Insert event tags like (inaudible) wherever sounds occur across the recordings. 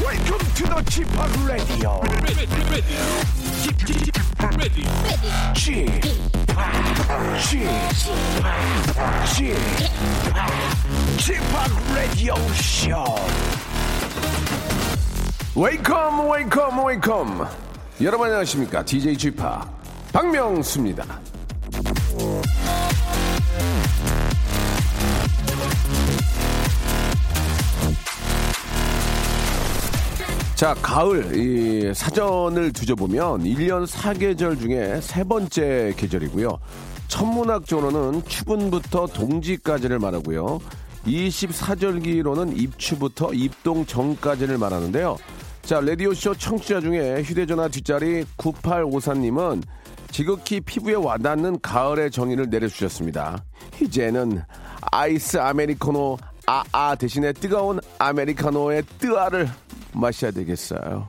Welcome to the Chip Radio. ready, ready, ready, ready. Chip, Chip, Chip, Chip Radio Show. Welcome, welcome, welcome. 여러분 안녕하십니까? DJ Chip 박명수입니다. 자, 가을, 이 사전을 뒤져보면 1년 4계절 중에 세 번째 계절이고요. 천문학적으로는 추분부터 동지까지를 말하고요. 24절기로는 입추부터 입동 전까지를 말하는데요. 자, 라디오쇼 청취자 중에 휴대전화 뒷자리 9854님은 지극히 피부에 와닿는 가을의 정의를 내려주셨습니다. 이제는 아이스 아메리카노 아아 대신에 뜨거운 아메리카노의 뜨아를 마셔야 되겠어요.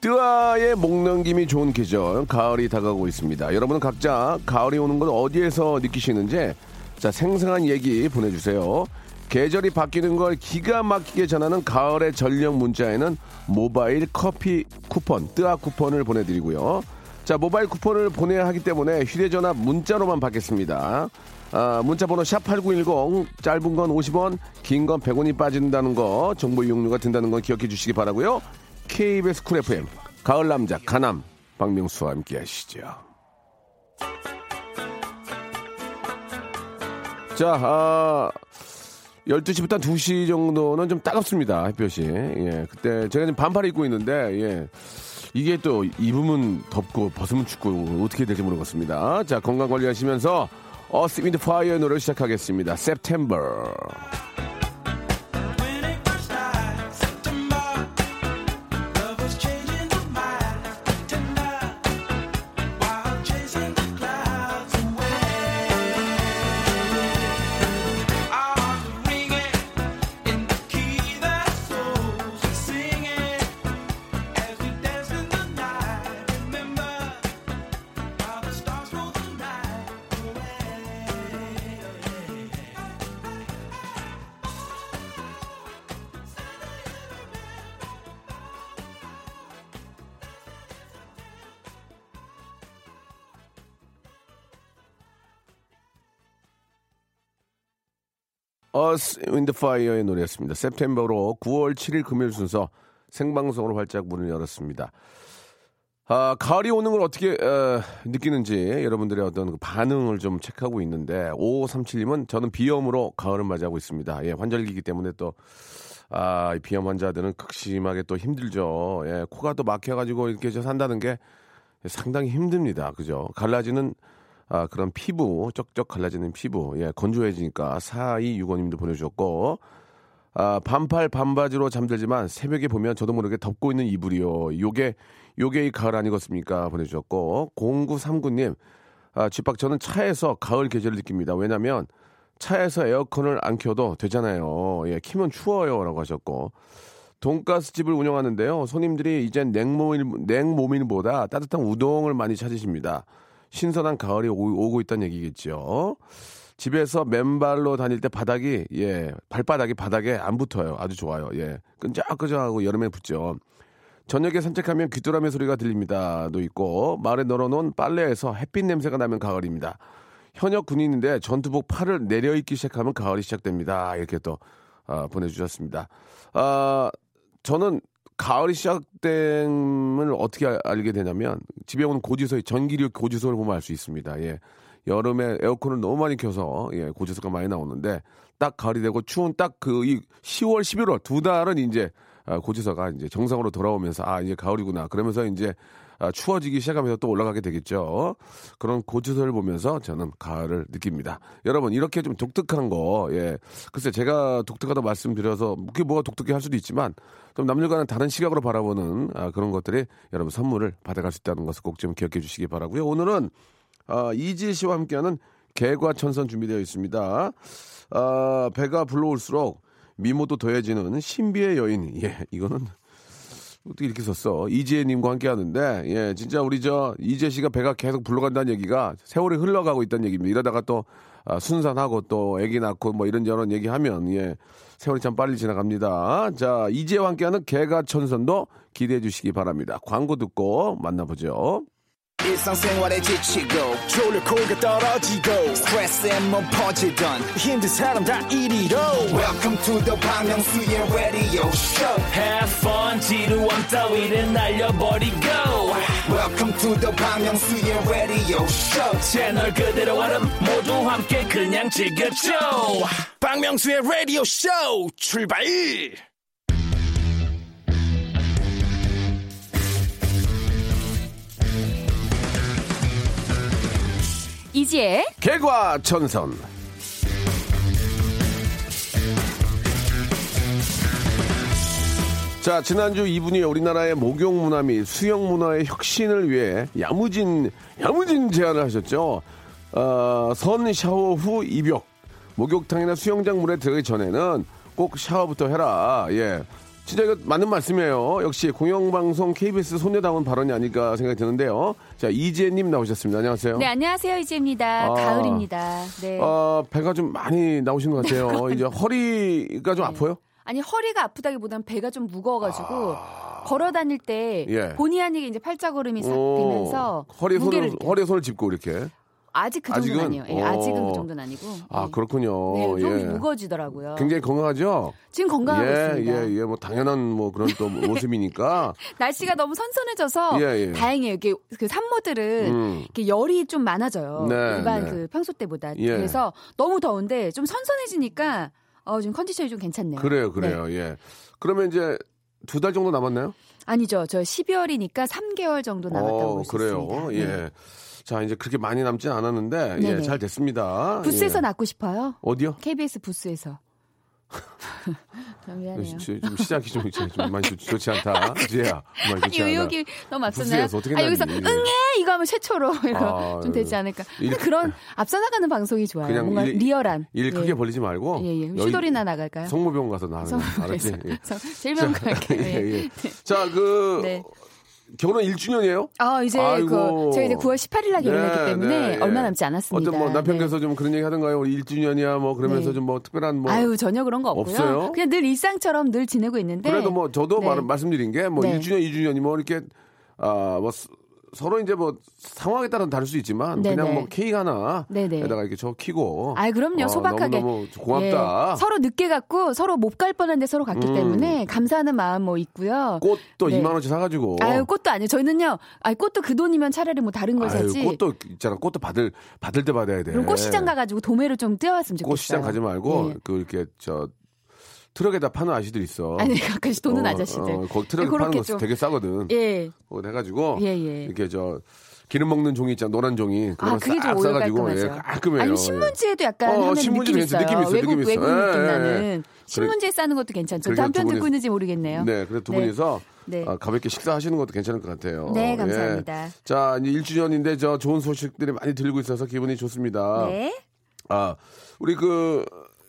뜨아의 목넘김이 좋은 계절 가을이 다가오고 있습니다. 여러분은 각자 가을이 오는 걸 어디에서 느끼시는지 자 생생한 얘기 보내주세요. 계절이 바뀌는 걸 기가 막히게 전하는 가을의 전령 문자에는 모바일 커피 쿠폰 뜨아 쿠폰을 보내드리고요. 자 모바일 쿠폰을 보내야 하기 때문에 휴대전화 문자로만 받겠습니다. 아, 문자번호 샵 8910 짧은 건 50원 긴 건 100원이 빠진다는 거 정보 이용료가 든다는 건 기억해 주시기 바라고요. KBS 쿨 FM 가을 남자 가남 박명수와 함께 하시죠. 자, 아, 12시부터 2시 정도는 좀 따갑습니다. 햇볕이. 예. 그때 제가 지금 반팔 입고 있는데 예. 이게 또 입으면 덥고 벗으면 춥고 어떻게 될지 모르겠습니다. 자, 건강 관리하시면서 어스 윈드 파이어의 노래 시작하겠습니다. September. When it was night, September, love was changing the mind, not pretender, while chasing the clouds away. Our hearts were ringing in the key that souls were singing as we danced in the night. Remember how the stars rolled the night away. Us in the Fire의 노래였습니다. september로 9월 7일 금요일 순서 생방송으로 활짝 문을 열었습니다. 아, 가을이 오는 걸 어떻게 어, 느끼는지 여러분들의 어떤 그 반응을 좀 체크하고 있는데 5537님은 저는 비염으로 가을을 맞이하고 있습니다. 예, 환절기이기 때문에 또 아, 이 비염 환자들은 극심하게 또 힘들죠. 예, 코가 또 막혀가지고 이렇게 저 산다는 게 상당히 힘듭니다. 그죠? 갈라지는 아, 그런 피부, 쩍쩍 갈라지는 피부, 예, 건조해지니까 4265님도 보내주셨고, 아, 반팔 반바지로 잠들지만 새벽에 보면 저도 모르게 덮고 있는 이불이요. 요게, 요게 이 가을 아니겠습니까? 보내주셨고, 0939님, 아, 집밖 저는 차에서 가을 계절을 느낍니다. 왜냐면 차에서 에어컨을 안 켜도 되잖아요. 예, 키면 추워요. 라고 하셨고, 돈가스집을 운영하는데요. 손님들이 이젠 냉모밀, 냉모밀보다 따뜻한 우동을 많이 찾으십니다. 신선한 가을이 오, 고 있다는 얘기겠죠. 집에서 맨발로 다닐 때 바닥이 예 발바닥이 바닥에 안 붙어요. 아주 좋아요. 예 끈적끈적하고 여름에 붙죠. 저녁에 산책하면 귀뚜라미 소리가 들립니다.도 있고 말에 널어놓은 빨래에서 햇빛 냄새가 나면 가을입니다. 현역 군인인데 전투복 팔을 내려입기 시작하면 가을이 시작됩니다. 이렇게 또 아, 보내주셨습니다. 아, 저는 가을이 시작됨을 어떻게 알- 알게 되냐면 집에 오는 고지서의 전기료 고지서를 보면 알 수 있습니다. 예. 여름에 에어컨을 너무 많이 켜서 예, 고지서가 많이 나오는데 딱 가을이 되고 추운 딱 그 이 10월 11월 두 달은 이제 아, 고지서가 이제 정상으로 돌아오면서 아 이제 가을이구나 그러면서 이제 아, 추워지기 시작하면서 또 올라가게 되겠죠. 그런 고지서를 보면서 저는 가을을 느낍니다. 여러분 이렇게 좀 독특한 거, 예, 글쎄 제가 독특하다 말씀드려서 그게 뭐가 독특해 할 수도 있지만 좀 남들과는 다른 시각으로 바라보는 아, 그런 것들이 여러분 선물을 받아갈 수 있다는 것을 꼭 좀 기억해 주시기 바라고요. 오늘은 아, 이지혜 씨와 함께하는 개과천선 준비되어 있습니다. 아, 배가 불러올수록 미모도 더해지는 신비의 여인. 예, 이거는 어떻게 이렇게 썼어? 이지혜님과 함께 하는데, 예, 진짜 우리 저 이지혜 씨가 배가 계속 불러간다는 얘기가 세월이 흘러가고 있다는 얘기입니다. 이러다가 또 아, 순산하고 또 아기 낳고 뭐 이런 저런 얘기하면 예 세월이 참 빨리 지나갑니다. 자 이제와 함께하는 개가 천선도 기대해 주시기 바랍니다. 광고 듣고 만나보죠. 일상생활에 지치고, 졸려 코가 떨어지고, 스트레스에 몸 퍼지던, 힘든 사람 다 이리로. welcome to the Bang Myung-soo's radio show Have fun 지루함 따위를 날려버리고 welcome to the Bang Myung-soo's radio show 채널 그대로 와름 모두 함께 그냥 즐겨줘 박명수의 라디오 쇼 출발 이지혜 개과 천선. 자, 지난주 이분이 우리나라의 목욕 문화 및 수영 문화의 혁신을 위해 야무진, 야무진 제안을 하셨죠. 어, 선 샤워 후 입욕. 목욕탕이나 수영장 물에 들어가기 전에는 꼭 샤워부터 해라. 예. 진짜 이거 맞는 말씀이에요. 역시 공영방송 KBS 소녀다운 발언이 아닐까 생각이 드는데요. 자, 이재님 나오셨습니다. 안녕하세요. 네 안녕하세요 이지혜입니다 어? 아. 가을입니다 네 어, 배가 좀 많이 나오신 것 같아요. (laughs) 이제 허리가 네. 좀 아파요? 아니 허리가 아프다기보단 배가 좀 무거워가지고 걸어 다닐 때 아. 예. 본의 아니게 이제 팔자걸음이 싹 되면서 어, 허리에 무게를 손을, 이렇게. 허리에 손을 짚고 이렇게. 아직 그 정도는 아직은? 아니에요 예, 어. 아직은 그 정도는 아니고 아, 예. 그렇군요. 네, 좀 예. 무거워지더라고요 굉장히 건강하죠? 지금 건강하고 예, 있습니다 예, 예. 뭐 당연한 뭐 그런 (laughs) 또 모습이니까. 날씨가 너무 선선해져서 예, 예. 다행이에요 이게 그 산모들은 음. 이렇게 열이 좀 많아져요 네, 일반 네. 그 평소 때보다 예. 그래서 너무 더운데 좀 선선해지니까 어, 지금 컨디션이 좀 괜찮네요 그래요, 네. 그래요. 예. 그러면 이제 두 달 정도 남았나요? 아니죠. 저 12월이니까 3개월 정도 남았다고 볼수 어, 그래요. 있습니다. 예. 네. 자, 이제 그렇게 많이 남진 않았는데, 예, 네네. 잘 됐습니다. 부스에서 예. 낳고 싶어요. 어디요? KBS 부스에서. (laughs) 좀 미안해요. 시- 좀 시작이 좀, 좀 많이 좋- 좋지 (laughs) 않다. 지혜야. 뭐 많이 좋지 아니 않아. 의욕이 너무 앞섰나요? 부스에서 어떻게 아, 여기서 낳니? 예. 응애 이거 하면 최초로 (laughs) 이거 아, 좀 되지 않을까. 일- 그런 앞서 나가는 방송이 좋아요. 그냥 뭔가 일- 리얼한. 일 크게 벌리지 말고 예, 예. 여기 슈돌이나 나갈까요? 성모병원 가서 나는 거. 알았지? (laughs) 성공에서. 예. 질병 갈게요. (laughs) 예, 예. 자, 그 네. 결혼 1주년이에요? 아 이제 아이고. 그 제가 이제 9월 18일 날 결혼했기 네, 때문에 네, 예. 얼마 남지 않았습니다. 어떤 뭐 네. 남편께서 좀 그런 얘기 하던가요? 우리 1주년이야 뭐 그러면서 네. 좀 뭐 특별한 뭐 아유 전혀 그런 거 없고요. 없어요? 그냥 늘 일상처럼 늘 지내고 있는데. 그래도 뭐 저도 네. 말, 말씀드린 게 뭐 네. 1주년, 2주년이 뭐 이렇게 아뭐 서로 이제 뭐 상황에 따라 는 다를 수 있지만 네네. 그냥 뭐 케이크 하나 네네. 에다가 이렇게 저 키고 아, 그럼요. 어, 소박하게. 너무너무 고맙다. 음. 예, 서로 늦게 갔고 서로 못 갈 뻔한데 서로 갔기 때문에 감사하는 마음 뭐 있고요. 꽃도 어. 네. 2만 원씩 사 가지고 아유 꽃도 아니에요. 저희는요. 아유 꽃도 그 돈이면 차라리 뭐 다른 걸 사지. 꽃도 있잖아. 꽃도 받을 받을 때 받아야 돼. 그럼 꽃시장 가가지고 도매로 좀 뛰어왔으면 좋겠어요. 꽃시장 가지 말고 예. 그 이렇게 저 트럭에다 파는 아저씨들 있어. 아니 (laughs) 가끔씩 (laughs) 도는 어, 아저씨들. 네, 예, 어, 거기 트럭에 그렇게 파는 거 좀- 되게 싸거든. 예. 그거 해가지고 예, 예. 이렇게 저 기름 먹는 종이 있잖아 노란 종이. 아 그게 좀 오히려 싸가지고 예, 깔끔하죠. 깔끔해요. 아니면 신문지에도 약간 어, 하면 신문지도 느낌 괜찮- 있어요. 느낌 있어요, 외국 느낌 있어요. 외국 예, 느낌 예, 나는 예. 신문지에 싸는 것도 괜찮죠. 그러니까 남편 두 분이- 듣고 있는지 모르겠네요. 네, 그래서 두 네. 분이서 네. 아, 가볍게 식사하시는 것도 괜찮을 것 같아요. 네, 감사합니다. 예. 자, 이제 1주년인데 저 좋은 소식들이 많이 들리고 있어서 기분이 좋습니다. 네. 아, 우리 그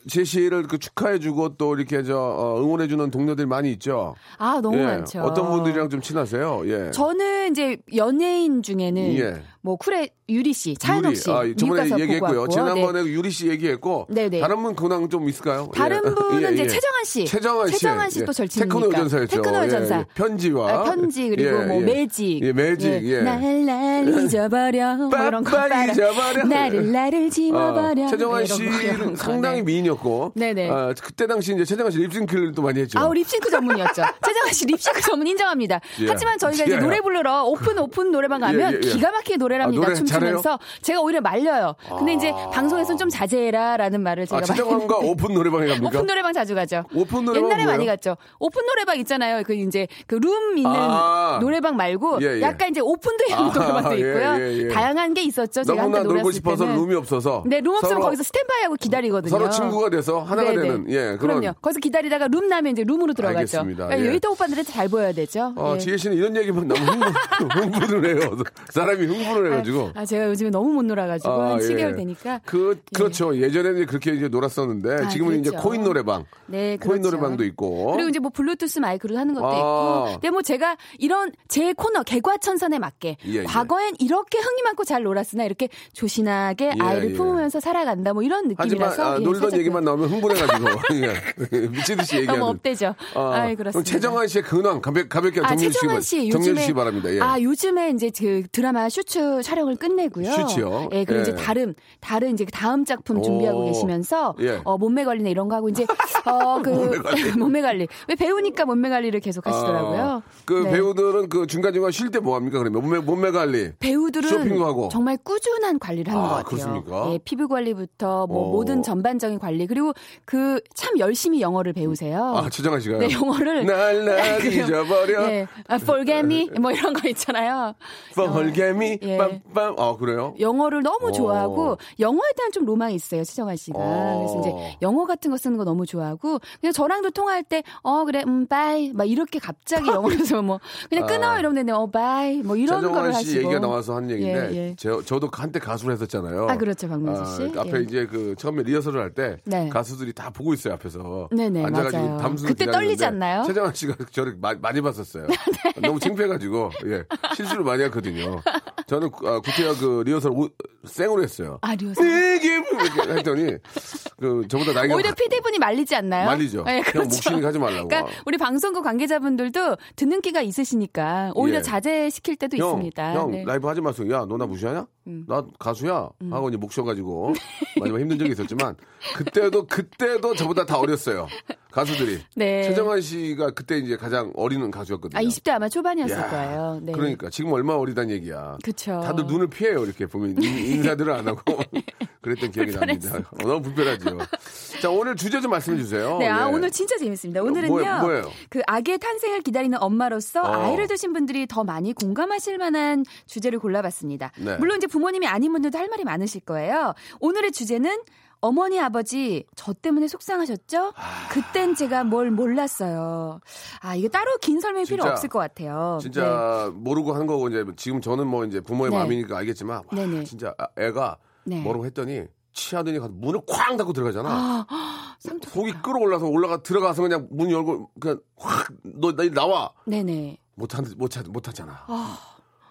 제시를 그 축하해주고 또 이렇게 저 어, 응원해주는 동료들이 많이 있죠. 아 너무 예. 많죠. 어떤 분들이랑 좀 친하세요? 예. 저는 이제 연예인 중에는 예. 뭐 쿨의 유리 씨, 차은옥 유리, 씨, 아, 미국 저번에 가서 보고 얘기했고요. 왔고, 네. 지난번에 유리 씨 얘기했고 네네. 다른 분 근황 좀 있을까요? (laughs) 다른 예. 분은 예, 이제 예. 최정환 씨, 최정환 씨, 예. 최정환 씨또 절친이니까. 테크노 전사였죠. 예, 테크노 전사. 편지와 아, 편지 그리고 예, 뭐 예. 매직, 네. 예, 매직. 예. 날날 잊어버려, 뭐 이런 거 빨리 빨아. 잊어버려. 나를 나를 지워버려. 뭐 아, 최정환 이런 거, 이런 씨는 거, 상당히 네. 미인이었고, 네네. 아, 그때 당시 이제 최정환 씨 립싱크를 또 많이 했죠. 아우 립싱크 전문이었죠. 최정환 씨 립싱크 전문 인정합니다. 예. 하지만 저희가 이제 예. 노래 부르러 오픈 오픈 노래방 가면 예, 예, 예. 기가 막히게 노래를 아, 합니다. 노래 춤추면서 제가 오히려 말려요. 근데 이제 방송에서는 좀 자제해라라는 말을 아, 제가 많이 최정환과 했는데. 오픈 노래방에 갑니까? 오픈 노래방 자주 가죠. 그러니까 오픈 노래방 옛날에 많이 뭐예요? 갔죠. 오픈 노래방 있잖아요. 그 이제 그 룸 있는 아. 노래방 말고 예, 예. 약간 이제 오픈도 있는 아, 노래방도 예, 있고요. 예, 예. 다양한 게 있었죠. 제가 한때 너무나 놀았을 놀고 싶어서 때는. 룸이 없어서. 네, 룸 없으면 서로- 거기서 스탠바이하고 기다리거든요. 서로 친구가 돼서 하나가 네네. 되는, 예, 그런. 그럼요. 거기서 기다리다가 룸 나면 이제 룸으로 들어가죠. 알겠습니다. 그러니까 예. 여의도 오빠들은 잘 보여야 되죠. 어, (laughs) 예. 지혜 씨는 이런 얘기만 너무 흥분, 흥분을 해요. 사람이 흥분을 놀래가지고. 아, 제가 요즘에 너무 못 놀아가지고 아, 한 예. 7개월 되니까. 예. 그 그렇죠. 예전에는 그렇게 이제 놀았었는데 아, 지금은 이제 그렇죠. 코인 노래방, 네, 그렇죠. 코인 노래방도 있고. 그리고 이제 뭐 블루투스 마이크로 하는 것도 어? 아. 있고. 근데 뭐 제가 이런 제 코너 개과천선에 맞게 예, 예. 과거엔 이렇게 흥이 많고 잘 놀았으나 이렇게 조신하게 예, 아이를 예. 품으면서 살아간다 뭐 이런 하지만 느낌이라서 아, 예, 놀던 살짝 얘기만 나오면 흥분해가지고 (laughs) (laughs) 그냥 미치듯이 얘기하는. 너무 업되죠. 아, 이 그렇습니다. 그럼 최정환 씨의 근황 가볍, 가볍게 아, 정리해 주시기 최정환 바랍니다. 씨 정리해 요즘에 주시기 바랍니다. 예. 아 요즘에 이제 그 드라마 슈츠 촬영을 끝내고요. 슈츠요? 예, 그리고 예. 이제 다른 다른 이제 다음 작품 오. 준비하고 계시면서 예. 어, 몸매 관리나 이런 거 (laughs) 하고 이제 어그 (laughs) 관리. 몸매, 관리 왜 배우니까 몸매 관리를 계속 하시더라고요. 아, 그 네. 배우들은 그 중간중간 쉴 때 뭐 합니까? 그러면 몸매, 몸매 관리. 배우들은 쇼핑도 하고. 정말 꾸준한 관리를 하는 아, 것 같아요. 그렇습니까? 어. 예, 피부 관리부터 뭐 오. 모든 전반적인 관리 그리고 그 참 열심히 영어를 배우세요. 아, 최정환 씨가요? 네, 영어를 (laughs) 아, 날날 그래요. 잊어버려. 네, 아, forget me 뭐 이런 거 있잖아요. 벌개미 예. 빰빰. 아, 그래요? 영어를 너무 오. 좋아하고 영어에 대한 좀 로망이 있어요 최정환 씨가 어. 그래서 이제 영어 같은 거 쓰는 거 너무 좋아하고 그냥 저랑도 통화할 때 어 그래 음 바이 막 이렇게 갑자기 (laughs) 영어로서 뭐 그냥 끊어 아. 이러면 되는데 어 바이 뭐 이런 최정환 거를 씨 하시고 얘기가 나와서 한 얘기인데 예, 예. 제- 저도 한때 가수를 했었잖아요. 아, 그렇죠, 박명수 씨. 앞에 예. 이제 그 처음에 리허설을 할 때 네. 가수들이 다 보고 있어요 앞에서. 네네, 앉아가지고 맞아요. 담수 그때 떨리지 않나요? 네. 최정환 씨가 (laughs) 저를 마- 많이 (laughs) 봤었어요. 너무 창피해가지고 예, 실수를 많이 했거든요. 저는 구- 아, 구태여 그 리허설 오, 생으로 했어요. 아, 리허설. 이게 뭐 이렇게 했더니 그 저보다 나이가 오히려 가- 피디분이 말리지 않나요? 말리죠. 예, 형 그렇죠. 목신이 가지 말라고. 그러니까 우리 방송국 관계자분들도 듣는 끼가 있으시니까 오히려 예. 자제시킬 때도 형, 있습니다. 형 네. 음. 라이브 하지 마세요. 야, 너 나 무시하냐? 나 가수야. 하고 이제 목 (laughs) 쉬어가지고 네. 마지막 힘든 적이 있었지만 그때도 그때도 저보다 다 어렸어요. 가수들이. 네. 최정환 씨가 그때 이제 가장 어린 가수였거든요. 아, 20대 아마 초반이었을 야, 거예요. 네. 그러니까 지금 얼마 어리단 얘기야. 그쵸. 네. 다들 눈을 피해요 이렇게 보면 인- 인사들을 안 하고 (laughs) 그랬던 기억이 납니다. 어, 너무 불편하죠. 자 오늘 주제 좀 말씀해 주세요. 네, 아, 예. 오늘 진짜 재밌습니다. 오늘은요. 뭐예요, 뭐예요? 그 아기의 탄생을 기다리는 엄마로서 어. 아이를 두신 분들이 더 많이 공감하실 만한 주제를 골라봤습니다. 네. 물론 이제 부모님이 아닌 분들도 할 말이 많으실 거예요. 오늘의 주제는 어머니 아버지 저 때문에 속상하셨죠? 아. 그땐 제가 뭘 몰랐어요. 아 이게 따로 긴 설명이 필요 진짜, 없을 것 같아요. 네. 진짜 모르고 한 거고 이제 지금 저는 뭐 이제 부모의 네. 마음이니까 알겠지만 와, 네네. 진짜 아, 애가 네. 뭐라고 했더니 치아더니 가서 문을 쾅 닫고 들어가잖아. 상처. 속이 끌어올라서 올라가 들어가서 그냥 문 열고 그냥 확너 나와 네네. 못못못 하잖아. 아,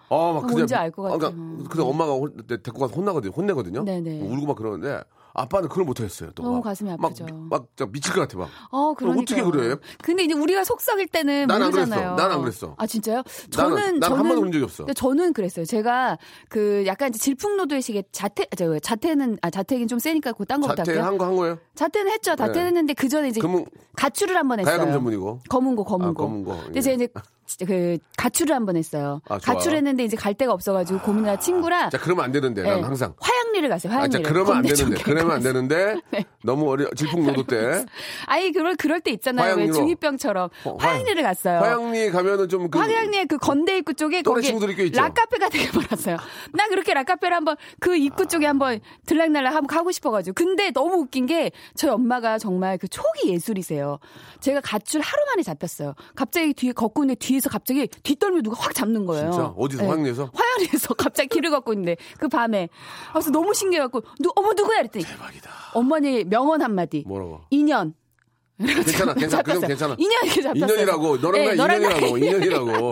아, 막 어, 그냥 뭔지 알것 아, 같아요. 어. 그러니까 그래서 엄마가 혼- 데- 데리고 가서 혼나거든요. 혼내거든요. 뭐 네네. 울고 막 그러는데 아빠는 그걸 못 하겠어요. 또 너무 막. 가슴이 막, 아프죠. 미- 막 진짜 미칠 것 같아 막. 어, 그럼 그러니까. 어떻게 그래? 근데 이제 우리가 속썩일 때는 난안 모르잖아요. 그랬어. 난안 그랬어. 아, 진짜요? 나는- 저는 나는 한 저는 번도 그런 적이 없어. 근데 저는 그랬어요. 제가 그 약간 이제 질풍노도의식의 자퇴 저 자퇴는 아 자퇴긴 좀 세니까 그딴 거부터 자퇴 할게요. 한거 한 거예요? 자퇴는 했죠. 자퇴는 네. 했는데 그 전에 이제 그럼 가출을 한 번 했어요. 가야금 전문이고. 검은 거 검은 아, 거. 검은 거, 근데 예. 제가 이제 진짜 그 가출을 한 번 했어요. 아, 좋아요. 아, 가출했는데 이제 갈 데가 없어가지고 고민하다 친구랑 자 그러면 안 되는데 예, 난 항상. 화양리를 갔어요. 아, 진짜 화양리를. 그러면 안 건대 되는데. 쪽에 그러면 안 가서. (laughs) 네. 되는데. 너무 어려 질풍노도 때. 아이 그럴 그럴 때 있잖아요. 왜 네. 화양리로. 중이병처럼 어, 화- 화양리를 갔어요. 화양리 가면은 좀 그. 화양리에 그 건대 입구 쪽에 또래 거기 친구들이 꽤 있죠. 락카페가 (laughs) 되게 많았어요. 나 그렇게 락카페를 한번 그 입구 쪽에 한번 들락날락 한번 가고 싶어가지고. 근데 너무 웃긴 게 저희 엄마가 정말 그 초기 예술이세요. 제가 가출 하루 만에 잡혔어요. 갑자기 뒤에 걷고 있는데 뒤에서 갑자기 뒷덜미 누가 확 잡는 거예요. 진짜? 어디서? 화양리에서? 화양리에서 (laughs) 갑자기 길을 걷고 있는데 그 밤에. 그래서 너무 신기해갖고 누 어머 누구야 이랬더니 대박이다. 어머니 명언 한마디. 뭐라고? 인연. 괜찮아, 괜찮아. 그 정도 괜찮아. 인연 이렇게 잡혔어요. 인연이라고. 너랑 예, 나 너랑 나 인연이라고. 인연이라고.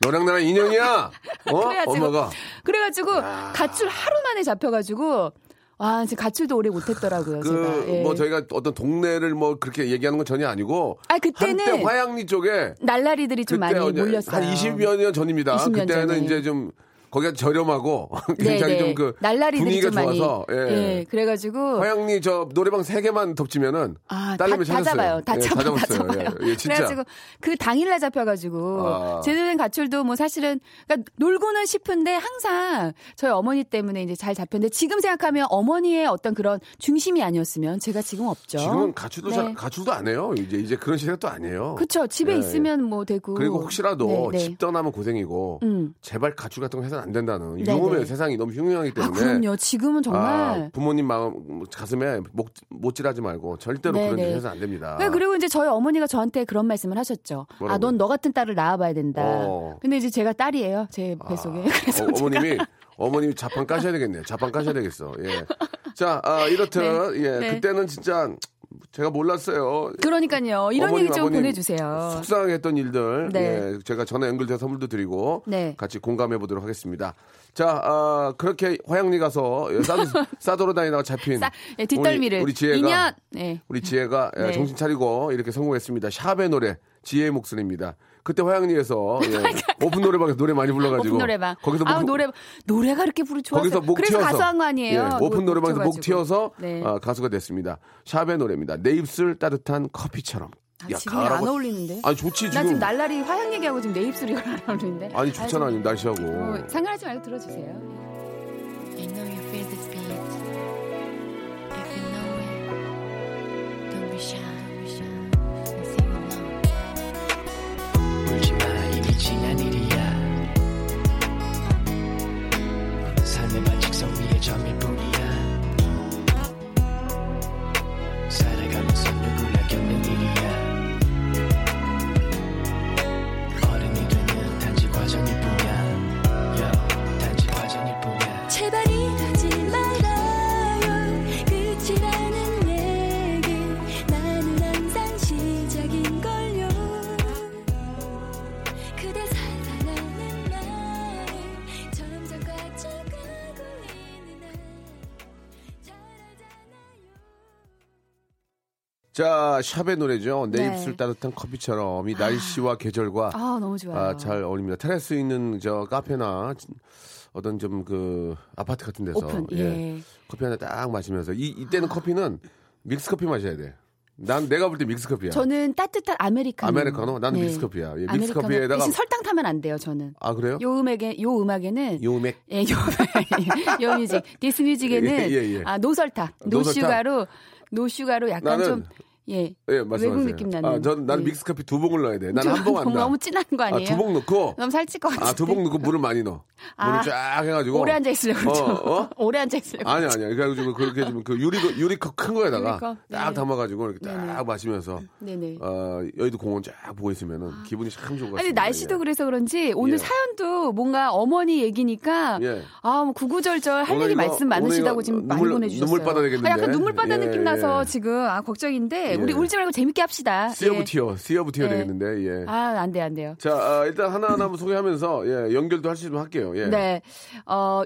너랑 나랑 (laughs) 인연이야. 어? 그래가지고 뭐. 엄마가. 그래가지고 가출 하루 만에 잡혀가지고 와 지금 가출도 오래 못했더라고요. 그 제가. 예. 뭐 저희가 어떤 동네를 뭐 그렇게 얘기하는 건 전혀 아니고 아, 그때는 한때 화양리 쪽에 날라리들이 좀 많이 어제 몰렸어요. 한 20여 년 전입니다. 20년 그때는 전에. 이제 좀 거기가 저렴하고 (laughs) 네, 굉장히 네. 좀 그 날라리들이 분위기가 좀 많이 좋아서 예. 예, 그래가지고 화양리 저 노래방 세 개만 덮치면은 아, 다, 딸내미 다 찾았어요. 잡아요. 다 예, 잡아, 다 잡았어요. 잡아요. 예, 예, 진짜. 그래가지고 그 당일날 잡혀가지고 아. 제대로된 가출도 뭐 사실은 그러니까 놀고는 싶은데 항상 저희 어머니 때문에 이제 잘 잡혔는데 지금 생각하면 어머니의 어떤 그런 중심이 아니었으면 제가 지금 없죠. 지금은 가출도 잘 네. 가출도 안 해요. 이제 이제 그런 시대도 아니에요. 그쵸 집에 예, 예. 있으면 뭐 되고 그리고 혹시라도 네, 네. 집 떠나면 고생이고 음. 제발 가출 같은 거 해서는 안 된다는 네, 요즘에 네. 세상이 너무 흉흉하기 아 때문에 그럼요 지금은 아, 정말 부모님 마음 가슴에 목, 못질하지 말고 절대로 네, 그런 네. 짓 해서 안 됩니다. 네, 그리고 이제 저희 어머니가 저한테 그런 말씀을 하셨죠. 아, 아, 뭐라고요? 넌 너 같은 딸을 낳아봐야 된다. 어. 아. 근데 이제 제가 딸이에요. (laughs) 제 뱃속에. 그래서 어, 머님이 어머님이 자판 까셔야 되겠네요. 자판 까셔야 되겠어. 예. 자, 아, 이렇듯, (laughs) 네, 예. 네. 그때는 진짜 제가 몰랐어요. 그러니까요. 이런 어머님, 얘기 좀 아버님 보내주세요. 속상했던 일들 네. 예, 제가 전화 연결돼서 선물도 드리고 네. 같이 공감해 보도록 하겠습니다. 자 아, 그렇게 화양리 가서 예, (laughs) 싸도, 싸돌아 다니다가 잡힌 싸, 예, 뒷덜미를 우리, 우리 지혜가 인연. 네. 우리 지혜가 예, 네. 정신 차리고 이렇게 성공했습니다. 샵의 노래 지혜의 목소리입니다. 그때 화양리에서 예, (laughs) 오픈 노래방에서 노래 많이 불러가지고 오픈 노래방. 거기서 아 목- 노래 노래가 이렇게 부르 좋아서 거기서 목 그래서 튀어서 가수 한 거 아니에요. 예, 오픈 노래방에서 목 붙여가지고. 튀어서 네. 아, 가수가 됐습니다. 샵의 노래입니다. 내 입술 따뜻한 커피처럼. 아, 지금 안 가을하고- 어울리는데. 아니 좋지 나 지금 지금. 날라리 화양 얘기하고 지금 내 입술이 (laughs) 이걸 안 어울리는데. 아니 좋잖아 지금 날씨하고. 뭐, 상관하지 말고 들어주세요. You know you feel this beat. If you know it, don't be shy. Don't be shy. And sing along. 울지마 이미 지난 일이야 삶의 반직성 위에 점일 뿐이야 살아가면서 누구나 겪는 일이야 어른이 되는 단지 과정일 뿐이야 Yo, 단지 과정일 뿐이야 제발 이러지 말아요 끝이라는 얘기 나는 항상 시작인걸요 그대 사랑하는 나를 점점 갖춰가고 있는 날 잘하잖아요 자 샵의 노래죠. 내 네. 입술 따뜻한 커피처럼 이 날씨와 계절과 아 너무 좋아요. 아, 잘 어울립니다. 테라스 있는 저 카페나 어떤 좀 그 아파트 같은 데서 오픈. 예. 커피 하나 딱 마시면서 이 이때는 커피는 믹스 커피 마셔야 돼. 난 내가 볼 때 믹스 커피야. 저는 따뜻한 아메리카노. 아메리카노? 나는 네. 믹스커피야. 예, 아메리카노. 믹스커피에다가- 대신 설탕 타면 안 돼요. 저는. 아 그래요? 요 음악에 요 음악에는 요맥 예, 요, (laughs) 요 뮤직, 디스 뮤직에는 예, 예, 예. 아 노설탕, 노설탕. 노슈가로, 노슈가로 약간 나는- 좀 예, 예, 말씀하세요. 외국 느낌 나는. 아, 전 나는 예. 믹스 커피 두 봉을 넣어야 돼. 난 한 봉 (laughs) 너무- 안 나. 너무 진한 거 아니에요? 아, 두 봉 넣고 너무 살찔 것 같아. 아, 두 봉 넣고 물을 많이 넣어. 물을 아, 쫙 해가지고. 오래 앉아 있으려고 그러죠. 어, 어? (laughs) 오래 앉아 있으려고. 아니, 아니. 그래가지고 그렇게 좀 그 유리컵, 유리컵 큰 거에다가 유리컵, 네. 딱 담아가지고 이렇게 딱 네네. 마시면서. 네네. 어, 여의도 공원 쫙 보고 있으면은 기분이 참 좋을 것 같아요. 아니 날씨도 그래서 그런지 오늘 예. 사연도 뭔가 어머니 얘기니까 예. 아, 뭐 구구절절 할 오늘 얘기 이거- 오늘 이거 말씀 많으시다고 지금 많이 눈물- 보내주셨어요. 눈물바다 되겠는데. 아, 약간 눈물바다 예, 느낌 예. 나서 지금 아 걱정인데 우리 예. 울지 말고 재밌게 합시다. 씨어브 예. 티어, 씨어브 티어 예. 되겠는데, 예. 아, 안 돼, 안 돼요. 자, 아, 일단 하나하나 한번 소개하면서, 예, 연결도 할 수 있으면 할게요. 예. 네. 어,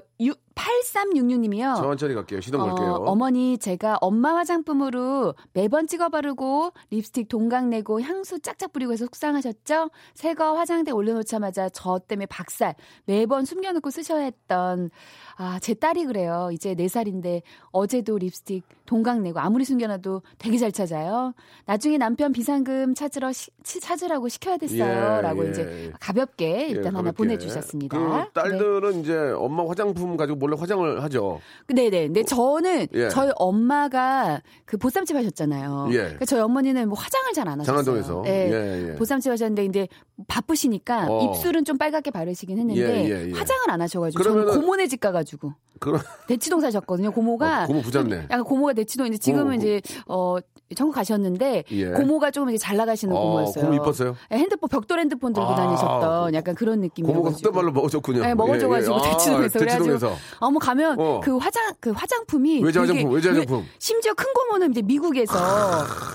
8366님이요. 천천히 갈게요. 시동 걸게요. 어, 머니 제가 엄마 화장품으로 매번 찍어 바르고 립스틱 동강 내고 향수 짝짝 뿌리고 해서 속상하셨죠? 새거 화장대 올려놓자마자 저 때문에 박살 매번 숨겨놓고 쓰셔야 했던 아 제 딸이 그래요. 이제 4살인데 어제도 립스틱 동강 내고 아무리 숨겨놔도 되게 잘 찾아요. 나중에 남편 비상금 찾으러 시- 치- 찾으라고 시켜야 됐어요. 예, 라고 예. 이제 가볍게 일단 예, 하나 그렇게. 보내주셨습니다. 그 네. 딸들은 이제 엄마 화장품 가지고 몰래 화장을 하죠. 네네. 근데 저는 예. 저희 엄마가 그 보쌈집 하셨잖아요. 예. 그러니까 저희 어머니는 뭐 화장을 잘 안 하셨어요. 장안동에서. 예. 예, 예. 보쌈집 하셨는데 이제 바쁘시니까 어. 입술은 좀 빨갛게 바르시긴 했는데 예, 예, 예. 화장을 안 하셔가지고 저는 그러면은- 고모네 집 가가지고 그런 대치동 사셨거든요. 고모가 어, 고모 부잣네. 좀 약간 고모가 대치동 이제 지금은 고모, 이제 어 전국 가셨는데 예. 고모가 조금 이제 잘 나가시는 어, 음, 고모였어요. 고모 이뻤어요? 예, 핸드폰 벽돌 핸드폰 들고 아, 다니셨던 약간 그런 느낌이었어요. 고모가 속된말로 먹어줬군요. 네, 먹어줘가지고 예, 예. 아, 대치동에서 대치동에서. 그래가지고 어머 가면 어. 그 화장 그 화장품이 외제 되게 화장품, 외제 왜- 화장품. 아. 심지어 큰 고모는 이제 미국에서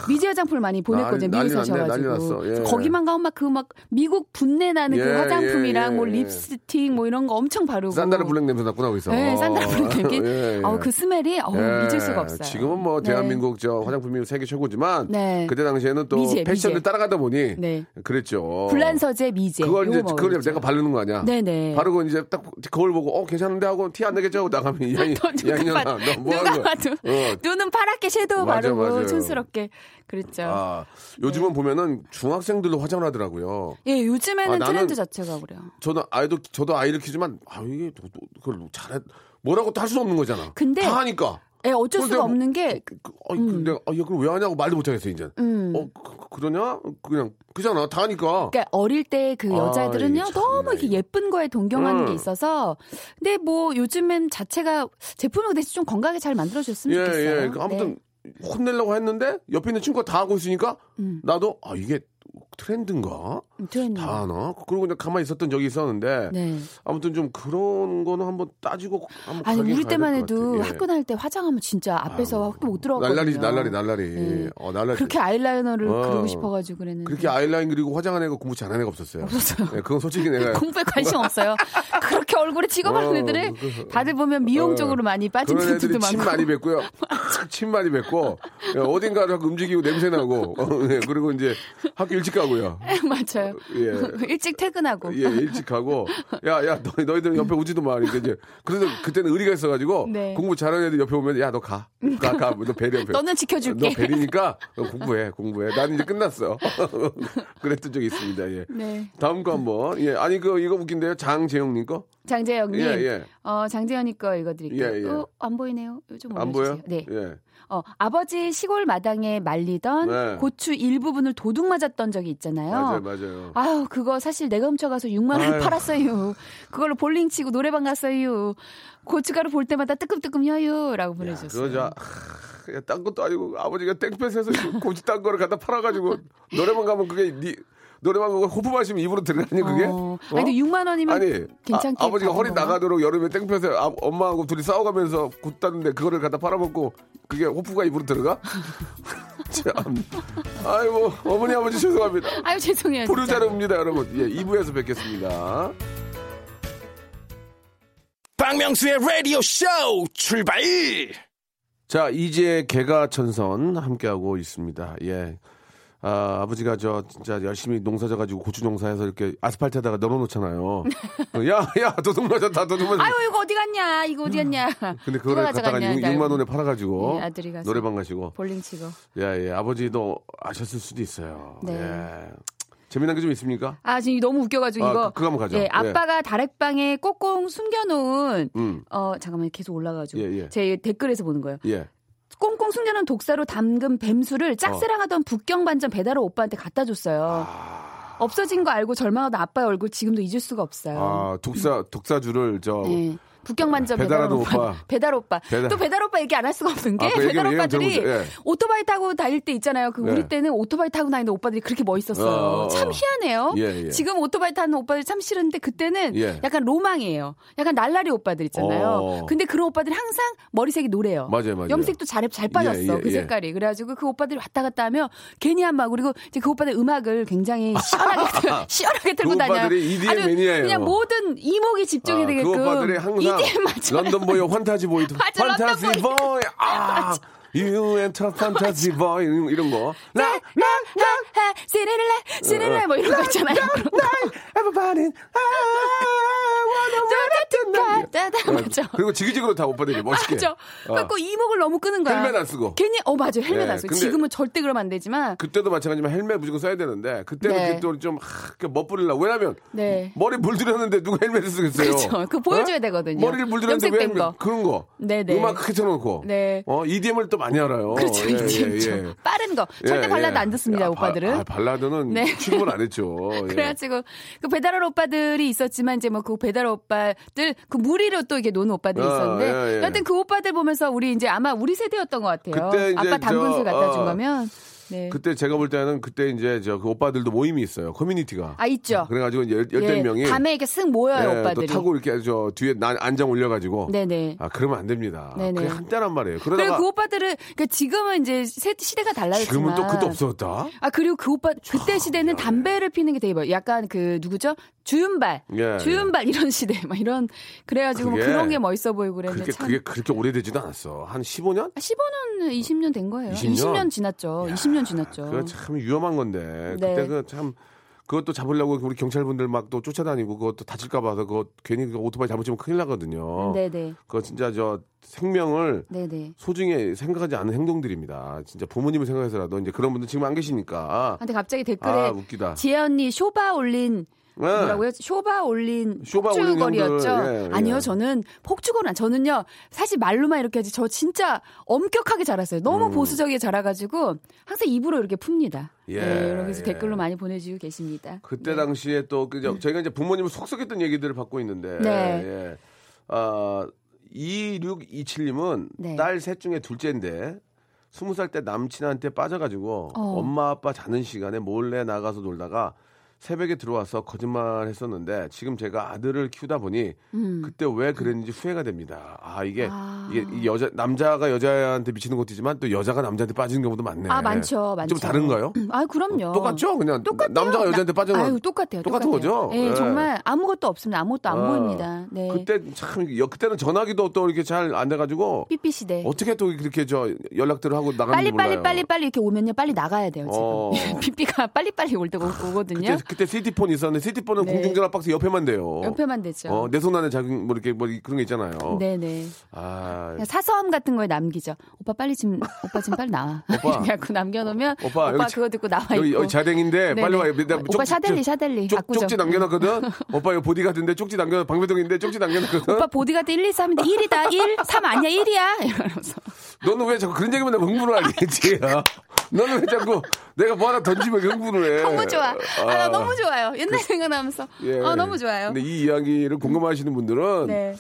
미제 화장품을 많이 보냈거든요. 난리- 난리 미국에서 났네, 난리 났어. 셔가지고 예. 그래서 거기만 가면 막그막 미국 분내 나는 예, 그 화장품이랑 예, 예, 뭐 예. 립스틱 뭐 이런 거 엄청 바르고 산다르 블랙 냄새 났구나 거기서. 네, 산다라 블랙 어. 냄새. (laughs) 예, 예. 어우 그 스멜이 어우 예. 잊을 수가 없어요. 지금은 뭐 네. 대한민국 저 화장품이 세계 최고지만 네. 그때 당시에는 또 미제, 패션을 미제. 따라가다 보니 네. 그랬죠. 불란서제 미제 그걸 이제 요거 그걸 먹었죠. 내가 바르는 거 아니야? 네네. 바르고 이제 딱 거울 보고 어 괜찮은데 하고 티 안 내겠지 하고 나가면 양이 (laughs) 또 누가 양이야. 아, 봐도- 너뭐 누가 하는 거야? 봐도 어, 눈은 파랗게 섀도우 맞아, 바르고 맞아요. 촌스럽게 그랬죠. 아, 네. 요즘은 보면은 중학생들도 화장을 하더라고요. 예, 요즘에는 아, 나는- 트렌드 자체가 그래요. 저는 아이도 저도 아이를 키지만 아 이게 또- 또 그걸 잘해 뭐라고 할 수 없는 거잖아. 근데- 음. 다 하니까. 예, 어쩔 그런데 수가 뭐- 없는 게 그, 아니, 그 내가 아, 얘 그걸 왜 하냐고 말도 못하겠어 이제. 음. 어 그, 러냐 그냥 그잖아 다 하니까. 그러니까 어릴 때 그 아, 여자애들은요 이게 참, 너무 이렇게 이거. 예쁜 거에 동경하는 음. 게 있어서 근데 뭐 요즘엔 자체가 제품을 대신 좀 건강하게 잘 만들어줬으면 예 좋겠어요. 네. 예. 그 아무튼 혼내려고 했는데 옆에 있는 친구가 다 하고 있으니까 나도 아 이게 트렌드인가? 음, 트렌드. 다 하나? 그리고 그냥 가만히 있었던 적이 있었는데 네. 아무튼 좀 그런 거는 한번 따지고 한번 아니 가긴 우리 가야 때만 될것 해도 같아요. 예. 아, 학교 다닐 때 화장하면 진짜 앞에서 학교 못 들어갔거든요. 날라리지 날라리 날라리. 예. 어 날라리. 그렇게 아이라이너를 어. 그리고 싶어가지고 그랬는데 그렇게 아이라인 그리고 화장한 애가 공부 잘하는 애가 없었어요. 없었어요. 예, 그건 솔직히 내가 (laughs) 그렇죠. 공부에 (laughs) 관심 없어요. 그렇게 얼굴에 어, 찍어봤는 그- 어. 애들을 다들 보면 미용 쪽으로 많이 빠진 그런 분들도 애들이 침 많고 많이 (laughs) 뱉고요. 침 많이 뱉고 예, 어딘가를 자꾸 움직이고 냄새 나고 어, 예, 그리고 이제 학교 일찍 가고요. (laughs) 맞아요. 예. (laughs) 일찍 퇴근하고 예, 일찍 가고 야야 너희 너희들 옆에 오지도 마. 그러니까 이제 그래서 그때는 의리가 있어가지고 네. 공부 잘하는 애들 옆에 오면 야 너 가 가 가 너 배려 배려. 너는 지켜줄게. 너 배리니까 너 공부해 공부해. 난 이제 끝났어. (laughs) 그랬던 적이 있습니다. 예. (laughs) 네. 다음 거 한번 예 아니 그 이거 웃긴데요 장재영님 거 장재영님, 예, 예. 어, 장재현이 거 읽어드릴게요. 예, 예. 어, 안 보이네요. 요즘 안 올려주세요. 보여? 네. 예. 어, 아버지 시골 마당에 말리던 네. 고추 일부분을 도둑 맞았던 적이 있잖아요. 맞아요, 맞아요. 아유, 그거 사실 내가 훔쳐가서 6만 원 아유. 팔았어요. 그걸로 볼링 치고 노래방 갔어요. 고춧가루 볼 때마다 뜨끔뜨끔 여유라고 보내주셨어요. 그거 저, 하, 야, 딴 것도 아니고 아버지가 땡볕에서 (laughs) 고지 딴 거를 갖다 팔아가지고 노래방 가면 그게 니 노래방 가고 호프 마시면 입으로 들어가니 그게? 어. 어? 아니, 근데 6만 원이면 괜찮게 아, 버지가 받은 허리 건가? 나가도록 여름에 땡볕에 아, 엄마하고 둘이 싸워가면서 굳다는데 그거를 갖다 팔아먹고 그게 호프가 입으로 들어가? (laughs) 참. 아이고 어머니 아버지 죄송합니다. 아유, 죄송해요. 진짜. 보류자료입니다 여러분. 예, 2부에서 뵙겠습니다. 박명수의 라디오 쇼 출발! 자, 이제 개가천선 함께하고 있습니다. 예. 아, 아버지가 저 진짜 열심히 농사져 가지고 고추 농사해서 이렇게 아스팔트에다가 널어 (laughs) 놓잖아요. 야, 야, 도둑 맞았다. 도둑 맞았다. 아유, 이거 어디 갔냐? 이거 어디 갔냐? 음. 근데 누가 그거를 갖다가 가져갔냐, 6, 나 6만 원에 팔아 가지고 예, 아들이 가서. 노래방 가시고. 볼링 치고. 예, 예. 아버지도 아셨을 수도 있어요. 네. 예. 재미난 게 좀 있습니까? 아 지금 너무 웃겨가지고 아, 이거 그- 그거 한번 가죠. 예, 예. 아빠가 다락방에 꽁꽁 숨겨놓은 음. 어 잠깐만 계속 올라가지고 예, 예. 제 댓글에서 보는 거예요. 예. 꽁꽁 숨겨놓은 독사로 담근 어. 뱀수를 짝사랑하던 북경 반전 배달호 오빠한테 갖다 줬어요. 없어진 거 알고 절망하던 아빠의 얼굴 지금도 잊을 수가 없어요. 아, 독사 독사주를 저 음. 예. 북경 반전 배달 배달하던 오빠, 오빠. (laughs) 배달 오빠, 배달- 또 배달 오빠 얘기 안 할 수가 없는 게 아, 그 얘기- 배달 얘기 오빠들이 들어보죠. 예. 오토바이 타고 다닐 때 있잖아요. 그 예. 우리 때는 오토바이 타고 다니는 오빠들이 그렇게 멋있었어요. 어, 어, 어. 참 희한해요. 예, 예. 지금 오토바이 타는 오빠들 참 싫은데 그때는 예. 약간 로망이에요. 약간 날라리 오빠들 있잖아요. 어. 근데 그런 오빠들이 항상 머리색이 노래요. 맞아요, 맞아요. 염색도 잘, 잘 빠졌어 예, 예, 그 예. 색깔이. 그래가지고 그 오빠들이 왔다 갔다 하면 괜히 한 막 그리고 이제 그 오빠들 음악을 굉장히 (laughs) 시원하게 들- 시원하게 들고 그 다녀요. 오빠들이 EDM 아주 매니아예요. 그냥 모든 이목이 집중이 아, 되게끔 (laughs) 그 오빠들이 항상 EDM 맞아요. 런던 보이, 환타지 보이, 맞아, 환타지 런던 보이. 보이, (laughs) 아, you and the fantasy boy 이런, 이런 거. 네. 나, 나나나 세레레레 세레레 뭐 이런 거 있잖아요. everybody, I wanna 따다 run it. 맞죠. 어, 그리고 지그지그로 다 오빠들이 멋있게. 맞죠. 어. 그래갖고 이목을 너무 끄는 거야. 헬멧 안 쓰고. 괜히 어 맞아 헬멧 예, 안 쓰고. 근데- 지금은 절대 그러면 안 되지만. 그때도 마찬가지지만 헬멧 무조건 써야 되는데 그때는 네. 그때 또좀 멋부리려고 왜냐면 네. 머리 물들였는데 누가 헬멧을 쓰겠어요 그렇죠. 그거 보여줘야 되거든요. 머리를 물들였는데 왜 염색된 헬멧 거. 그런 거 네네. 음악 크게 쳐놓고 네. 어, EDM을 또 많이 알아요 그렇죠. 예, 예, 이제 예. 빠른 거. 절대 예, 발라드 예. 안 듣습니다, 아, 오빠들은. 바, 아, 발라드는 네. 취급을 안 (laughs) 했죠. 예. 그래가지고 그 배달할 오빠들이 있었지만 이제 뭐 그 배달 오빠들 그 무리로 또 이게 노는 오빠들이 아, 있었는데 예, 예. 여하튼 그 오빠들 보면서 우리 이제 아마 우리 세대였던 것 같아요. 그때 이제 아빠 저, 당근술 갖다 준 어, 거면 네. 그때 제가 볼 때는 그때 이제 저 그 오빠들도 모임이 있어요. 커뮤니티가. 네, 아, 있죠. 그래가지고 이제 열- 열댓 예, 명이 밤에 이렇게 쓱 모여요 예, 또 오빠들이. 타고 이렇게 저 뒤에 난 안장 올려가지고 네네. 아 그러면 안 됩니다. 네네. 그게 한때란 말이에요. 그리고 그러다가 그 오빠들은 그러니까 지금은 이제 세- 시대가 달라졌지만 지금은 또 그도 없어졌다. 아, 아 그리고 그 오빠 그때 시대는 담배를 피는 게 되게 뭐 약간 그 누구죠 주윤발 예, 주윤발 이런 시대 막 이런 그래가지고 뭐 그게- 그런 게 멋있어 보이고 그랬는데 그게 네, 참 그게 그렇게 오래되지도 않았어. 한 15년? 15년 20년 된 거예요 20년? 20년 지났죠 20년 지났죠 그거 참 위험한 건데 어. 네. 그때 그 참 그것도 잡으려고 우리 경찰분들 막 또 쫓아다니고 그것도 다칠까 봐서 그거 괜히 그 오토바이 잘못치면 큰일 나거든요. 네네 그거 진짜 저 생명을 네네 소중히 생각하지 않은 행동들입니다. 진짜 부모님을 생각해서라도 이제 그런 분들 지금 안 계시니까. 근데 갑자기 댓글에 아 웃기다. 지혜 언니 쇼바 올린 네. 뭐라고요? 쇼바 올린 쇼바 올린 폭주거리였죠. 형들, 예, 예. 아니요, 저는 폭주거리 안- 저는요 사실 말로만 이렇게 하지 저 진짜 엄격하게 자랐어요. 음. 너무 보수적이게 자라가지고 항상 입으로 이렇게 풉니다. 예, 예, 여러분께서 예. 댓글로 많이 보내주고 계십니다. 그때 당시에 또 그저 저희가 이제 부모님을 속속했던 얘기들을 받고 있는데. 네. 예. 아 2627님은 네. 딸 셋 중에 둘째인데 스무 살 때 남친한테 빠져가지고 어. 엄마 아빠 자는 시간에 몰래 나가서 놀다가 새벽에 들어와서 거짓말 했었는데 지금 제가 아들을 키우다 보니 음. 그때 왜 그랬는지 후회가 됩니다. 아 이게 아. 이게 이 여자 남자가 여자한테 미치는 것도 있지만 또 여자가 남자한테 빠지는 경우도 많네. 아, 많죠, 많죠. 예. 좀 (clears throat) 다른가요? 어, 음, 아, 그럼요. 똑같죠? 그냥 똑같아요. 남자가 여자한테 나- 빠지는 건 아유, 똑같아요. 똑같은 똑같아요. 거죠? 예, 예. 정말 아무것도 없습니다. 아무것도 안 아, 보입니다. 네. 그때 참 여- 그때는 전화기도 또 이렇게 잘 안 돼가지고 삐삐 시대. 어떻게 또 그렇게 저 연락들을 하고 나가는지 빨리 몰라요. 빨리 빨리 빨리 이렇게 오면요 빨리 나가야 돼요 지금 어. (laughs) 아, 삐삐가 빨리 빨리 올 때가 오- 오거든요 그때 그때 시티폰 있었는데 시티폰은 네. 공중전화 박스 옆에만 돼요. 옆에만 되죠 어, 내 손 안에 자기 뭐 이렇게 뭐 그런 게 있잖아요. 네네 아, 그냥 사서함 같은 거에 남기죠 오빠 빨리 지금 오빠 지금 빨리 나와 (laughs) 오빠. 어, (laughs) 이렇게 갖고 남겨놓으면 오빠, 오빠, 여기 자- 그거 듣고 나와 여기, 있고 여기 자댕인데 네네. 어, 빨리 와요. 내가 오빠 쪽지- 샤델리 샤델리 쪽, 갖고 쪽지 좀. 남겨놨거든. (laughs) 오빠 이거 보디 같은데 쪽지 남겨 방배동인데 쪽지 남겨놨거든. 오빠 보디가드 1, 2, 3인데 1이다 1, 3 아니야 (laughs) 1이야 이러면서 너는 왜 자꾸 그런 얘기만 하면 흥분을 (laughs) 하겠지? 어? 너는 왜 자꾸 내가 뭐 하나 던지면 흥분을 해? (laughs) 너무 좋아 아 나 너무 좋아요 옛날 생각나면서 예. 아 너무 좋아요 근데 이 이야기를 궁금해하시는 분들은 네.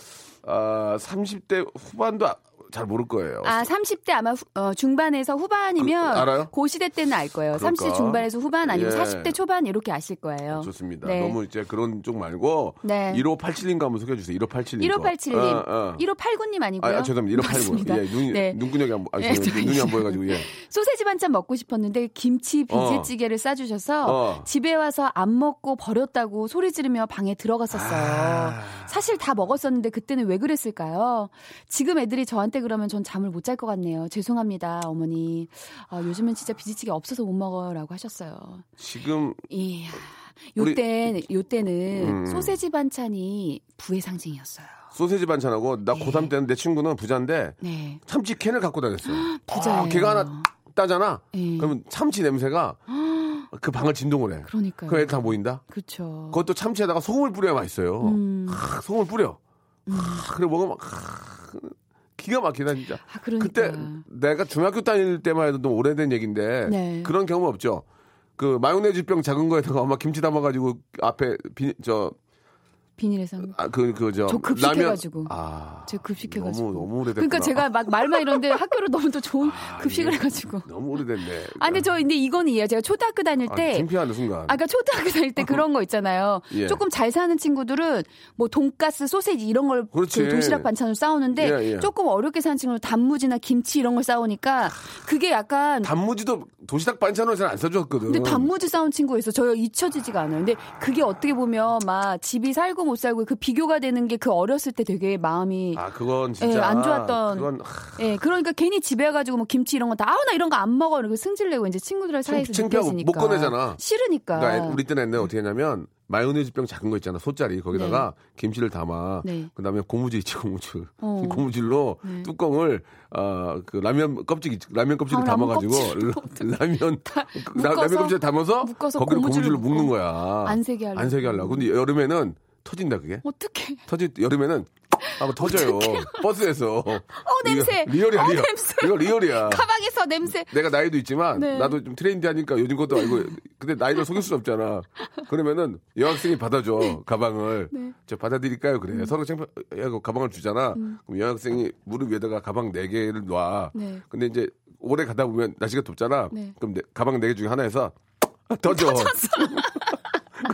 아, 30대 후반도 아- 잘 모를 거예요. 아, 30대 아마 후- 어, 중반에서 후반이면 그- 알아요? 고 시대 때는 알 거예요. 그럴까? 30대 중반에서 후반 아니면 예. 40대 초반 이렇게 아실 거예요. 좋습니다. 네. 너무 이제 그런 쪽 말고 네. 1587님과 한번 소개해 주세요. 1587님. 1587님, 아, 아. 1589님 아, 아니고요. 아, 죄송합니다. 1589. 맞습니다. 예, 눈, 네. 눈구녕이 안, 보- 아, 네, 죄송해요. 눈이 안 보여가지고, 예. 소세지 반찬 먹고 싶었는데 김치 비지찌개를 싸주셔서 어. 집에 와서 안 먹고 버렸다고 소리 지르며 방에 들어갔었어요. 아. 사실 다 먹었었는데 그때는 왜 그랬을까요? 지금 애들이 저한테 그러면 전 잠을 못 잘 것 같네요. 죄송합니다, 어머니. 아, 요즘은 진짜 비지찌개 없어서 못 먹어요라고 하셨어요. 예, 지금 이야, 우리- 요때 요때는 음. 소세지 반찬이 부의 상징이었어요. 소세지 반찬하고 나 고3 때는 내 친구는 부자인데 네, 참치 캔을 갖고 다녔어요. (gasps) 부자예요. 아, 걔가 하나 따잖아. 예. 그러면 참치 (gasps) 냄새가 그 방을 진동을 해. 그러니까요. 그 애들 다 모인다. 그렇죠. 그것도 참치에다가 소금을 뿌려야 맛있어요. 음. 아, 소금을 뿌려. 아, 그래 먹으면 아, 기가 막히다 진짜. 아, 그러니까. 그때 내가 중학교 다닐 때만 해도 너무 오래된 얘기인데 네. 그런 경험 없죠. 그 마요네즈 병 작은 거에다가 엄마 김치 담아가지고 앞에 비저그그저 아, 그, 비닐에서 저 라면 급식해가지고. 아 제가 급식해가지고. 너무 너무 오래됐구나. 예. 그러니까 제가 막 말만 이런데 학교를 너무 또 좋은 급식을 아, 이게 해가지고. 너무 오래됐네. 아, 근데 저 근데 이건 이해요. 제가 초등학교 다닐 아, 때. 창피하는 순간. 아까 그러니까 초등학교 다닐 때 그런 거 있잖아요. 예. 조금 잘 사는 친구들은 뭐 돈가스, 소세지 이런 걸그 그렇지. 도시락 반찬으로 싸우는데 예, 아, 예. 조금 어렵게 사는 친구는 단무지나 김치 이런 걸 싸우니까 그게 약간 단무지도 도시락 반찬으로 잘 안 써줬거든. 근데 단무지 싸운 친구가 있어. 저요 잊혀지지가 않아요. 근데 그게 어떻게 보면 막 집이 살고 못 살고 그 비교가 되는 게 그 어렸을 때 되게 마음이 아 그건 예, 진짜 안 좋았던. 그건 예, 그러니까 괜히 집에 가지고 뭐 김치 이런 거 다, 아우, 나 이런 거 안 먹어. 이러고 승질내고 이제 친구들 사이에서 창피하고 느껴지니까. 못 꺼내잖아. 싫으니까. 네. 그러니까 우리 때는 옛날에 어떻게 했냐면 마요네즈 병 작은 거 있잖아 소짜리 거기다가 김치를 담아 네. 그다음에 고무줄 있지 고무줄 어. (laughs) 고무줄로 네. 뚜껑을 어, 아그 라면 껍질 있- 라면 껍질을 아, 라면 담아가지고 껍질로 라- 라면 라, 묶어서- 면 껍질 담아서 묶어서 거기를 고무줄로 고무줄로 묶는 묶고. 거야 안 새게 하려고. 안 새게 하려고 근데 여름에는 터진다 그게 어떻게? 터질 때 여름에는 아마 터져요 버스에서 어 냄새. 리얼이야 어, 리얼 냄새. 이거 리얼이야 가방에서 냄새. 내가 나이도 있지만 네. 나도 좀 트렌디하니까 요즘 것도 알고 근데 나이를 속일 수 없잖아. 그러면은 여학생이 받아줘 네. 가방을 저 받아드릴까요? 음. 그래 서로 창피하고 가방을 주잖아. 그럼 여학생이 무릎 위에다가 가방 네 개를 놔. 네. 근데 이제 오래 가다 보면 날씨가 덥잖아. 네. 그럼 내- 가방 네 개 중에 하나에서 (laughs) 터져. (laughs)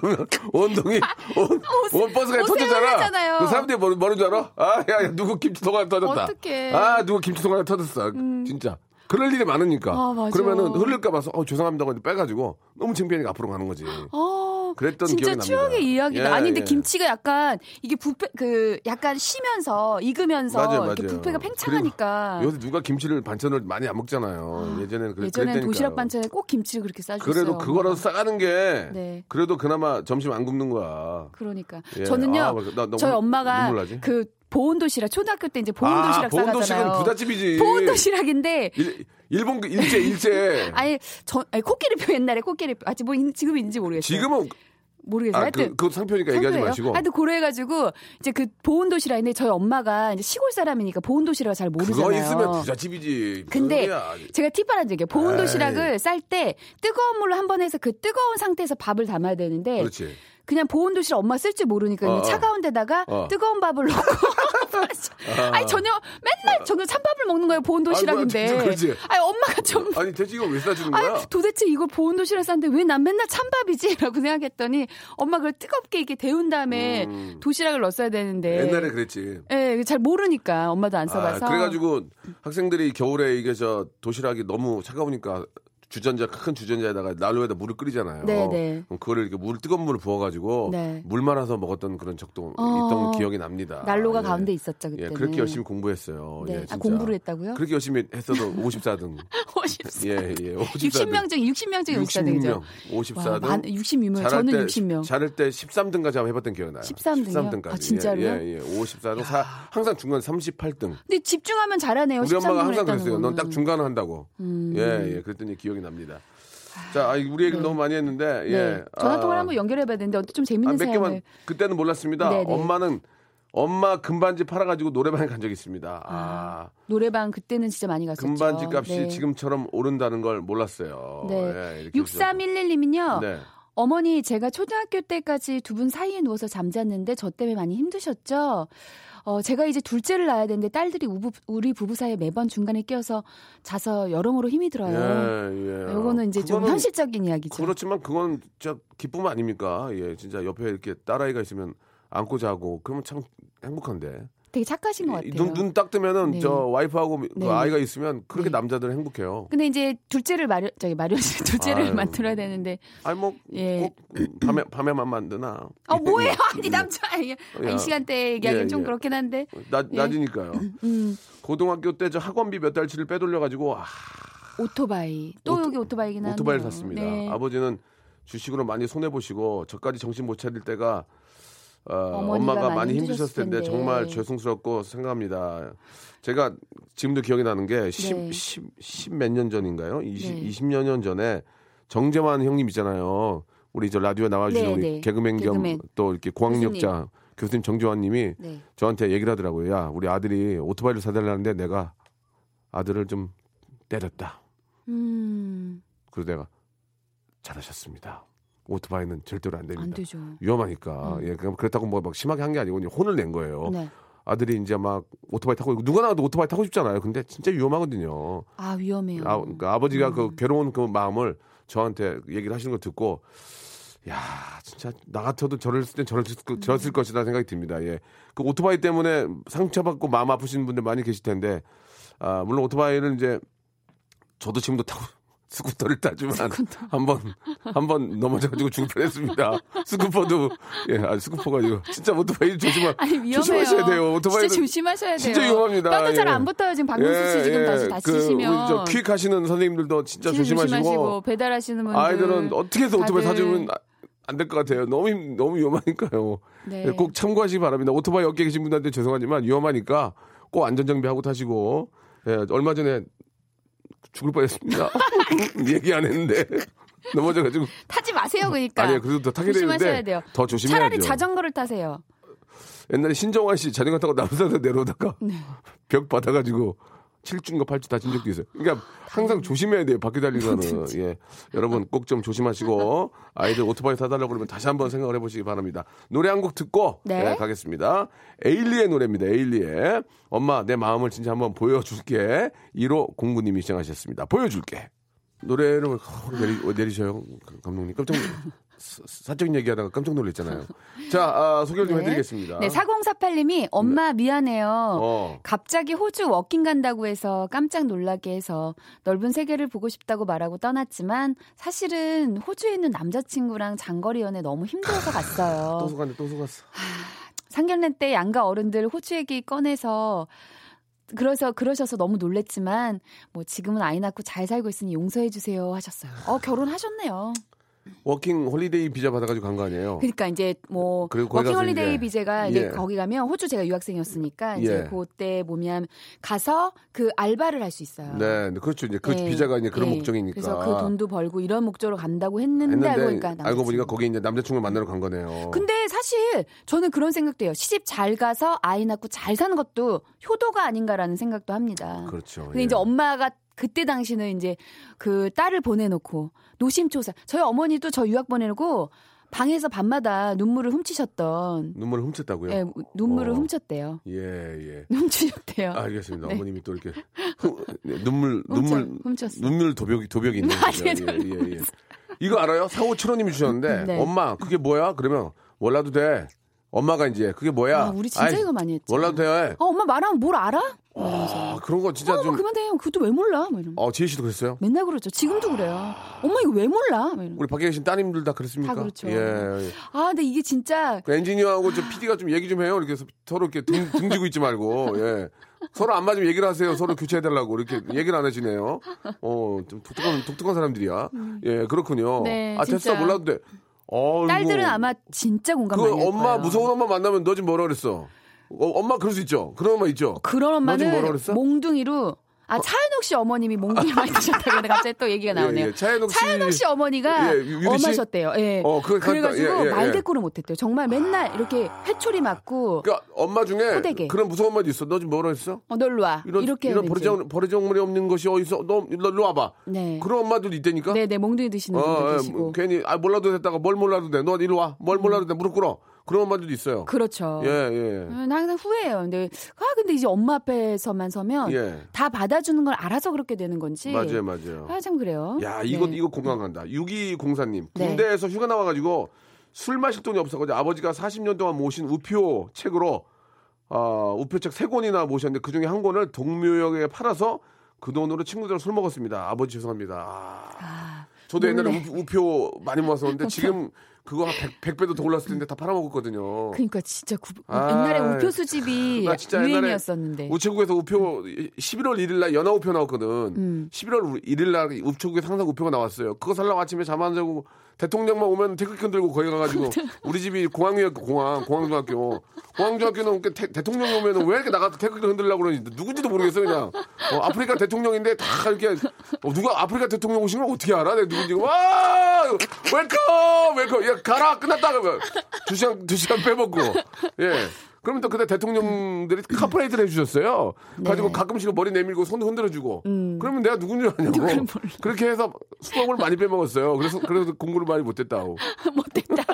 그러면 온동이 온, 온 버스가 아, 옷을 터졌잖아. 흘리잖아요. 그 사람들이 뭐, 뭐는 줄 알아? 아, 야, 야, 누구 김치 통하나 터졌다. 어떡해. 음. 아, 누구 김치 통하나 터졌어. 진짜. 그럴 일이 많으니까. 아, 맞아. 그러면은 흘릴까 봐서 어, 죄송합니다 하고 빼가지고 너무 창피하니까 앞으로 가는 거지. 어, 그랬던 진짜 기억이 납니다. 추억의 이야기다. 예, 아니 근데 예. 김치가 약간 이게 부패 그 약간 쉬면서 익으면서 맞아요, 이렇게 맞아요. 부패가 팽창하니까 요새 누가 김치를 반찬을 많이 안 먹잖아요. 예전에는 그랬, 예전엔 그랬다니까요. 도시락 반찬에 꼭 김치를 그렇게 싸줬어요. 그래도 그거라도 싸가는 게 네. 그래도 그나마 점심 안 굶는 거야. 그러니까 예. 저는요 아, 나 너무 저희 엄마가 눈물 나지? 그 보온 도시락 초등학교 때 이제 보온 아, 도시락 보온 싸가잖아요. 도시락은 부잣집이지. 보온 도시락인데 일, 일본 그 일제 일제. (laughs) 아니 저 아니, 코끼리표 옛날에 코끼리표 아직 뭐 있- 지금 있는지 모르겠어요. 지금은 모르겠어요. 아, 그, 하여튼 그것도 상표니까 얘기하지 상표예요. 마시고. 하여튼 고려해가지고 이제 그 보온 도시락인데 저희 엄마가 이제 시골 사람이니까 보온 도시락 잘 모르잖아요. 그거 있으면 부잣집이지. 무슨 근데 예. 소리야. 제가 팁 하나 드릴게요. 보온 에이. 도시락을 쌀 때 뜨거운 물로 한 번 해서 그 뜨거운 상태에서 밥을 담아야 되는데 그렇지. 그냥 보온도시를 엄마 쓸 줄 모르니까 어, 그냥 어. 차가운 데다가 어. 뜨거운 밥을 (laughs) 넣고 아니 전혀 맨날 저녁 찬밥을 먹는 거예요 보온도시락인데 아이고야, 진짜 그러지. 아니 엄마가 좀 아니 대체 이거 왜 싸주는 거야? 아니 그 도대체 이걸 보온도시락 쌌는데 왜 난 맨날 찬밥이지? (laughs) 라고 생각했더니 엄마 그걸 뜨겁게 이렇게 데운 다음에 도시락을 넣었어야 되는데 옛날에 그랬지. 예, 잘 모르니까 엄마도 안 아, 써봐서 그래가지고 학생들이 겨울에 이게 저 도시락이 너무 차가우니까 주전자 큰 주전자에다가 난로에다 물을 끓이잖아요. 네, 네. 그럼 그거를 이렇게 물 뜨거운 물을 부어가지고 네. 물 말아서 먹었던 그런 적도 어. 있던 기억이 납니다. 난로가 예. 가운데 있었죠 그때. 예, 그렇게 열심히 공부했어요. 네. 예, 아, 진짜. 공부를 했다고요? (laughs) 그렇게 열심히 했어도 54등. 54. 예, 예. 54등. 60명 중에 60명 중에 54등이죠. 66명, 54등. 60명. 잘할 네, 저는 때, 60명. 잘할 때 13등까지 한번 해봤던 기억이 나요. 13등 이요? 13등 까지. 아, 진짜로요? 예, 예. 예. 54등. 사, 항상 중간 38등. 근데 집중하면 잘하네요. 우리 엄마가 13등을 항상 했다는 그랬어요. 넌 거는. 딱 중간을 한다고. 예, 예. 그랬더니 기억이 납니다. 자, 아, 우리 얘기를 너무 많이 했는데, 네. 예. 전화 통화를 아, 한번 연결해봐야 되는데 어떤 좀 아, 재밌는 몇 사연을. 개만, 그때는 몰랐습니다. 네, 네. 엄마는, 엄마 금반지 팔아가지고 노래방에 간 적이 있습니다. 아, 노래방 그때는 진짜 많이 갔었죠. 금반지 값이 네. 지금처럼 오른다는 걸 몰랐어요. 예, 네. 이렇게 해서. 6311님은요. 네. 어머니, 제가 초등학교 때까지 두 분 사이에 누워서 잠잤는데 저 때문에 많이 힘드셨죠? 어, 제가 이제 둘째를 낳아야 되는데 딸들이 우부- 우리 부부 사이에 매번 중간에 끼어서 자서 여러모로 힘이 들어요. 예, 예. 요거는 이제 좀 그거는 현실적인 이야기죠. 그렇지만 그건 진짜 기쁨 아닙니까? 예, 진짜 옆에 이렇게 딸아이가 있으면 안고 자고 그러면 참 행복한데. 되게 착하신 것 이- 같아요. 눈, 눈 딱 뜨면은 네. 저 와이프하고 그 네. 아이가 있으면 그렇게 네. 남자들은 행복해요. 근데 이제 둘째를 마련, 저기 마련, (laughs) 둘째를 아유. 만들어야 되는데. 아니 뭐 예. 꼭 밤에 밤에만 만드나? 음. 어, (laughs) 뭐예요? 아니, 남자. 아니, 어, 야. 이 시간대에 얘기하기는 예, 좀 예. 그렇긴 한데. 낮 예. 낮이니까요. 음, 고등학교 때 저 학원비 몇 달치를 빼돌려가지고 아, 오토바이. 또 오토- 여기 오토바이긴 한데. 네. 오토바이를 샀습니다. 아버지는 주식으로 많이 손해 보시고 저까지 정신 못 차릴 때가 어, 어머니가 엄마가 많이 많이 힘드셨을 힘드셨을 텐데, 텐데. 네. 정말 죄송스럽고 생각합니다. 제가 지금도 기억이 나는 게 네. 10, 10, 10 몇 년 전인가요? 20, 네. 20여 년 전에 정재환 형님 있잖아요. 우리 저 라디오에 나와주신 네, 우리 네. 개그맨 겸 개그맨. 또 이렇게 고학력자 교수님, 정재환 님이 네. 저한테 얘기를 하더라고요. 야, 우리 아들이 오토바이를 사달라는데 내가 아들을 좀 때렸다. 음, 그래서 내가 잘하셨습니다. 오토바이는 절대로 안 됩니다. 안 되죠. 위험하니까. 예, 그럼 그렇다고 뭐 막 심하게 한 게 아니고 그냥 혼을 낸 거예요. 네. 아들이 이제 막 오토바이 타고 누가 나와도 오토바이 타고 싶잖아요. 근데 진짜 위험하거든요. 아, 위험해요. 음. 아, 그러니까 아버지가 그 괴로운 그 마음을 저한테 얘기를 하시는 걸 듣고 야 진짜 나 같아도 저를 쓸땐 저를 저랬을 음. 것이다 생각이 듭니다. 예, 그 오토바이 때문에 상처받고 마음 아프신 분들 많이 계실 텐데 아 물론 오토바이를 이제 저도 지금도 타고 (laughs) 스쿠터를 타지만 한번 한 번 넘어져가지고 중편했습니다. 스쿠퍼도 예, 아, 스쿠퍼가 이거 진짜 오토바이 조심하 아니 위험해요. 조심하셔야 돼요. 오토바이는 진짜 조심하셔야 돼요. 진짜 위험합니다. 뼈도 잘 예. 안 붙어요. 지금 박명수 씨 지금 다시 다치시면 그, 퀵 하시는 선생님들도 진짜 진짜 조심하시고 배달하시는 분들 아이들은 어떻게 해서 오토바이 다들. 사주면 안 될 것 같아요. 너무 힘- 너무 위험하니까요. 네. 예, 꼭 참고하시기 바랍니다. 오토바이 업계 계신 분들한테 죄송하지만 위험하니까 꼭 안전 정비하고 타시고 예, 얼마 전에 죽을 (laughs) 뻔했습니다. (laughs) 얘기 안 했는데 (laughs) 넘어져가지고 타지 마세요. 그러니까 아니 그래도 더 타게 조심하셔야 되는데 돼요. 더 조심해야죠. 차라리 자전거를 타세요. 옛날에 신정환 씨 자전거 타고 남산에 내려오다가 네. 벽 받아가지고 7주인가 8주 다친 적도 있어요. 그러니까 항상 조심해야 돼요. 바퀴 아, 달리기는. 예. 여러분 꼭 좀 조심하시고 아이들 오토바이 타달라고 그러면 다시 한번 생각을 해보시기 바랍니다. 노래 한 곡 듣고 네. 예, 가겠습니다. 에일리의 노래입니다. 에일리의 엄마 내 마음을 진짜 한번 보여줄게. 1호 공구님이 시청하셨습니다. 보여줄게. 노래를 확 내리, 어, 내리셔요 감독님 깜짝 놀 사- 사적인 얘기하다가 깜짝 놀랐잖아요. 자 아, 소개를 좀 해드리겠습니다. 네, 4048님이 엄마 미안해요. 어. 갑자기 호주 워킹 간다고 해서 깜짝 놀라게 해서 넓은 세계를 보고 싶다고 말하고 떠났지만 사실은 호주에 있는 남자친구랑 장거리 연애 너무 힘들어서 갔어요. 또 속았네, 또 속았어. 상견례 때 양가 어른들 호주 얘기 꺼내서 그래서 그러셔서 너무 놀랬지만 뭐 지금은 아이 낳고 잘 살고 있으니 용서해 주세요 하셨어요. 어 결혼하셨네요. 워킹 홀리데이 비자 받아가지고 간 거 아니에요? 그러니까 이제 뭐 어. 그리고 거기 워킹 가서 홀리데이 이제- 비제가 이제 예. 거기 가면 호주 제가 유학생이었으니까 이제 예. 그때 보면 가서 그 알바를 할 수 있어요. 네, 네, 그렇죠. 이제 그 예. 비자가 이제 그런 예. 목적이니까. 그래서 그 돈도 벌고 이런 목적으로 간다고 했는데, 했는데 알고 보니까 남자친구. 거기 이제 남자친구를 만나러 간 거네요. 근데 사실 저는 그런 생각도 해요. 시집 잘 가서 아이 낳고 잘 사는 것도 효도가 아닌가라는 생각도 합니다. 그렇죠. 근데 예. 이제 엄마가 그때 당시는 이제 그 딸을 보내놓고 노심초사. 저희 어머니도 저 유학 보내놓고 방에서 밤마다 눈물을 훔치셨던 눈물을 훔쳤다고요? 예, 눈물을 음. 어. 훔쳤대요. (laughs) 예, 예. 훔치셨대요. 알겠습니다. 네. 어머님이 또 이렇게 후- 네, 눈물 훔쳐, 눈물 훔쳤어. 눈물 도벽이 도벽이 있는 거죠. 아니, 저는 예, 예, 예. 이거 알아요? 4575님이 주셨는데 (laughs) 네. 엄마 그게 뭐야? 그러면 몰라도 돼. 엄마가 이제 그게 뭐야? 아, 우리 진짜 아이, 이거 많이 했죠. 몰라도 돼. 어, 엄마 말하면 뭘 알아? 막 아, 이러면서. 그런 거 진짜 어, 좀. 그만해. 그것도 왜 몰라? 막 이러면서. 어, 지혜 씨도 그랬어요? 맨날 그러죠. 지금도 그래요. 엄마 이거 왜 몰라? 막 이러면서. 우리 밖에 계신 따님들 다 그랬습니까? 다 그렇죠. 예. 예. 아, 근데 이게 진짜 그 엔지니어하고 좀 PD가 좀 얘기 좀 해요. 이렇게 서- 서로 이렇게 등, 등지고 있지 말고. 예. 서로 안 맞으면 얘기를 하세요. 서로 교체해달라고. 이렇게 얘기를 안 하시네요. 어, 좀 독특한, 독특한 사람들이야. 예, 그렇군요. 음. 네, 아, 진짜. 됐어. 몰라도 돼. 어이구. 딸들은 아마 진짜 공감 그 많이 할 엄마, 거예요. 무서운 엄마 만나면 너 지금 뭐라 그랬어? 어, 엄마 그럴 수 있죠. 그런 엄마 있죠. 그런 너 지금 엄마는 뭐라 그랬어? 어. 몽둥이로 아 차현옥 씨 어머님이 몽둥이 많이 드셨다고 근데 갑자기 또 얘기가 나오네요. 예, 예. 차현옥 씨- 어머니가 예, 유리 씨? 엄하셨대요. 예. 어, 그거 간다. 그래가지고 예, 예, 예. 말대꾸를 못했대요. 정말 맨날 이렇게 회초리 맞고 그러니까 엄마 중에 호되게. 그런 무서운 엄마도 있어. 너 지금 뭐라 그랬어? 어, 놀러 와 이런, 이렇게 이런 하는지. 버리장, 버리장물이 없는 것이 어디서 너 일로 일로 와봐. 네. 그런 엄마들 있다니까. 네네 몽둥이 드시는 분도 예, 계시고 음. 괜히 아 몰라도 됐다가 뭘 몰라도 돼. 너 일로 와. 뭘 몰라도 돼. 무릎 꿇어. 그런 엄마들도 있어요. 그렇죠. 예, 예. 음, 나 항상 후회해요. 근데 아 근데 이제 엄마 앞에서만 서면 예. 다 받아주는 걸 알아서 그렇게 되는 건지 맞아요, 맞아요. 아, 참 그래요. 야, 이거 네. 이거 공감한다. 6204님 네. 군대에서 휴가 나와가지고 술 마실 돈이 없어가지고 아버지가 40년 동안 모신 우표 책으로 어, 우표책 세 권이나 모셨는데 그 중에 한 권을 동묘역에 팔아서 그 돈으로 친구들이랑 술 먹었습니다. 아버지 죄송합니다. 아. 아, 저도 옛날에 놀래. 우표, 우표 많이 (laughs) 모았었는데 지금 그거 한 100, 배도더 올랐을 텐데 다 팔아먹었거든요. 그러니까 진짜 구... 아, 옛날에 우표 수집이 나 아, 진짜 옛날에 유행이었었는데. 우체국에서 우표 11월 1일 날 연하 우표 나왔거든. 음. 11월 1일 날 우체국에서 항상 우표가 나왔어요. 그거 살라고 아침에 잠 안 자고 대통령만 오면 태극기 들고 거기 (laughs) 가가지고 우리 집이 공항이었고 공항 공항중학교 공항중학교는 그 태- 대통령 오면 왜 이렇게 나가서 태극기 흔들려고 그러는지 누군지도 모르겠어 그냥 어, 아프리카 대통령인데 다 이렇게 어, 누가 아프리카 대통령 오신 걸 어떻게 알아? 내가 누군지 와 웰컴 웰컴 야 가라 끝났다 그러면 두 시간 두 시간 빼먹고 예. 그러면 또 그때 대통령들이 카프레이드를 해주셨어요. 가지고 가끔씩 머리 내밀고 손 흔들어주고. 그러면 내가 음. 누군지 아냐고. 그렇게 해서 수박을 많이 빼먹었어요. 그래서 그래서 공부를 많이 못했다고. (laughs) 못됐다.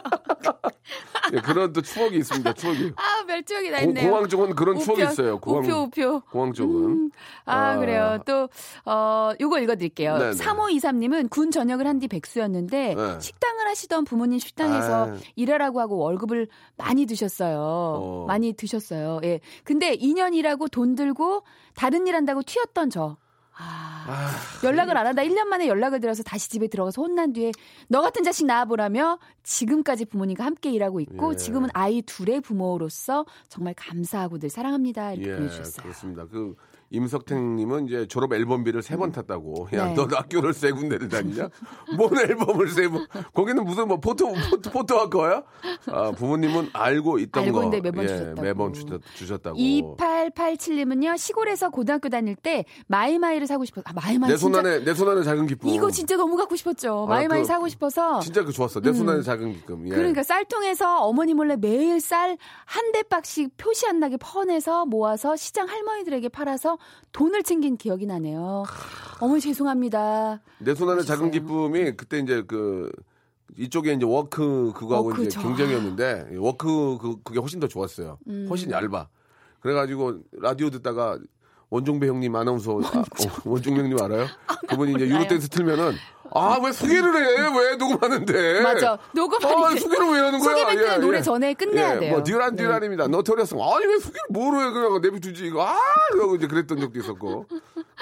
예, 그런 또 추억이 있습니다. 추억이. 아 멸종이 나 고- 있네요. 공항 쪽은 그런 추억이 우표, 있어요. 공항, 우표 우표. 공항 쪽은. 아, 아. 그래요. 또 어, 요거 읽어드릴게요. 네네. 3523님은 군 전역을 한 뒤 백수였는데 네. 식당을 하시던 부모님 식당에서 아. 일하라고 하고 월급을 많이 드셨어요. 어. 많이 드셨어요. 예. 근데 2년 일하고 돈 들고 다른 일 한다고 튀었던 저. 아, 연락을 안 한다. 1년 만에 연락을 드려서 다시 집에 들어가서 혼난 뒤에 너 같은 자식 낳아보라며 지금까지 부모님과 함께 일하고 있고 예. 지금은 아이 둘의 부모로서 정말 감사하고 늘 사랑합니다. 이렇게 예, 보내주셨어요. 그렇습니다. 그 임석택님은 이제 졸업 앨범비를 세 번 탔다고. 야, 네. 너 학교를 세 군데를 다니냐? 뭔 (laughs) 앨범을 세 번? 거기는 무슨 뭐 포토 포토 포토 학과야? 아, 부모님은 알고 있던 알고 거. 예, 있는데 매번 주셨다고. 매번 주셨, 주셨다고. 2887님은요, 시골에서 고등학교 다닐 때 마이마이를 사고 싶어서, 아, 마이마이. 내 손 진짜- 안에 내 손 안에 작은 기쁨. 이거 진짜 너무 갖고 싶었죠. 아, 마이마이 그- 사고 싶어서. 진짜 그 좋았어. 내 손 안에 작은 기쁨. 예. 그러니까 쌀통에서 어머니 몰래 매일 쌀 한 대박씩 표시 안 나게 퍼내서 모아서 시장 할머니들에게 팔아서 돈을 챙긴 기억이 나네요. 어머니 죄송합니다. 내 손 안에 작은 멋있어요. 기쁨이 그때 이제 그 이쪽에 이제 워크 그거하고 워크 이제 좋아. 경쟁이었는데 워크 그 그게 훨씬 더 좋았어요. 음. 훨씬 얇아. 그래가지고 라디오 듣다가 원종배 형님 아나운서 아, 어, 원종배 형님 알아요? 그분이 이제 몰라요. 유로댄스 틀면은 아 왜 소개를 해? 왜 녹음하는데? 맞아. 녹음 예. 아, 아니지. 소개를 왜 하는 거야? 예, 소개 멘트는 노래 전에 끝내야 돼요. 네. 뭐 듀란 듀란입니다. 너토리어스 아니 왜 소개를 뭐로 해 그냥 내비두지 이거 아 그러고 이제 그랬던 적도 있었고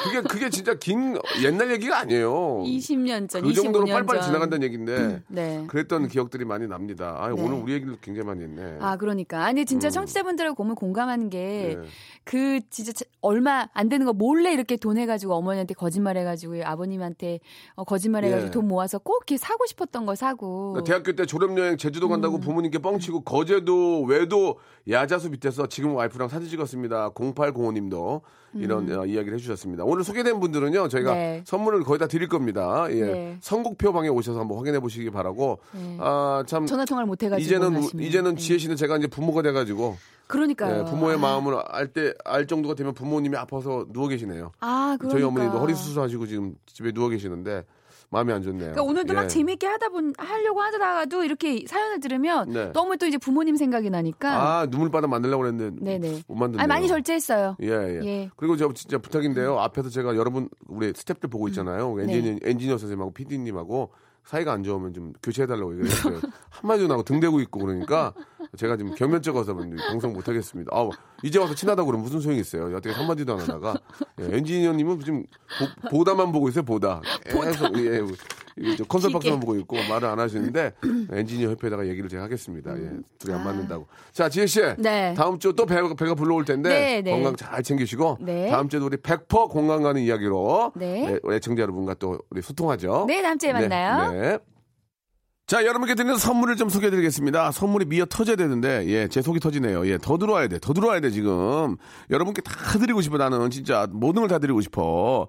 그게 그게 진짜 긴 옛날 얘기가 아니에요. 네. 20년 전, 그 25년 정도로 빨리빨리 전. 지나간다는 얘기인데 네. 그랬던 기억들이 많이 납니다. 아, 네. 오늘 우리 얘기를 굉장히 많이 했네. 아, 그러니까. 아니, 음. 진짜 청취자분들하고 보면 공감하는 게, 네. 그, 진짜, 자- 얼마 안 되는 거 몰래 이렇게 돈 해가지고 어머니한테 거짓말 해가지고 아버님한테 어, 거짓말 해가지고 예. 돈 모아서 꼭 이렇게 사고 싶었던 거 사고. 나 대학교 때 졸업여행 제주도 음. 간다고 부모님께 뻥치고 거제도 외도 야자수 밑에서 지금 와이프랑 사진 찍었습니다. 0805님도 이런 어, 이야기를 해주셨습니다. 오늘 소개된 분들은요 저희가 음. 네. 선물을 거의 다 드릴 겁니다. 예. 네. 선곡표 방에 오셔서 한번 확인해 보시기 바라고 네. 아참 전화 통화를 못 해가지고. 이제는 우- 원하시면. 이제는 예. 지혜 씨는 제가 이제 부모가 돼가지고 그러니까요. 예, 부모의 마음을 알 때 알 정도가 되면 부모님이 아파서 누워 계시네요. 아, 그러니까. 저희 어머니도 허리 수술하시고 지금 집에 누워 계시는데 마음이 안 좋네요. 그러니까 오늘도 예. 막 재미있게 하다 본 하려고 하다가도 이렇게 사연을 들으면 네. 너무 또 이제 부모님 생각이 나니까 아 눈물바다 만들려고 그랬는데 네네. 못 만드네요. 아, 많이 절제했어요. 예, 예. 예. 그리고 저 진짜 부탁인데요. 앞에서 제가 여러분 우리 스탭들 보고 있잖아요. 엔지니어, 엔지니어 선생님하고 PD님하고 사이가 안 좋으면 좀 교체해달라고 얘기를 (laughs) 했어요. 한마디도 나고 등대고 있고 그러니까 제가 지금 경면 찍어서 방송 못하겠습니다. 아 이제 와서 친하다고 그러면 무슨 소용이 있어요. 여태 한마디도 안 하다가. 예, 엔지니어님은 지금 보, 보다만 보고 있어요, 보다. 계속, 예. 이게 저 콘서트 박스만 보고 있고 말을 안 하시는데 엔지니어 협회에다가 얘기를 제가 하겠습니다. 예, 둘이 안 맞는다고. 자, 지혜 씨. 네. 다음 주 또 배가, 배가 불러올 텐데 네, 네. 건강 잘 챙기시고 네. 다음 주에도 우리 100% 건강 가는 이야기로 네. 네, 애청자 여러분과 또 우리 소통하죠. 네, 다음 주에 만나요. 네, 네. 자, 여러분께 드리는 선물을 좀 소개해 드리겠습니다. 선물이 미어 터져야 되는데, 예, 제 속이 터지네요. 예, 더 들어와야 돼. 더 들어와야 돼, 지금. 여러분께 다 드리고 싶어, 나는. 진짜 모든 걸 다 드리고 싶어.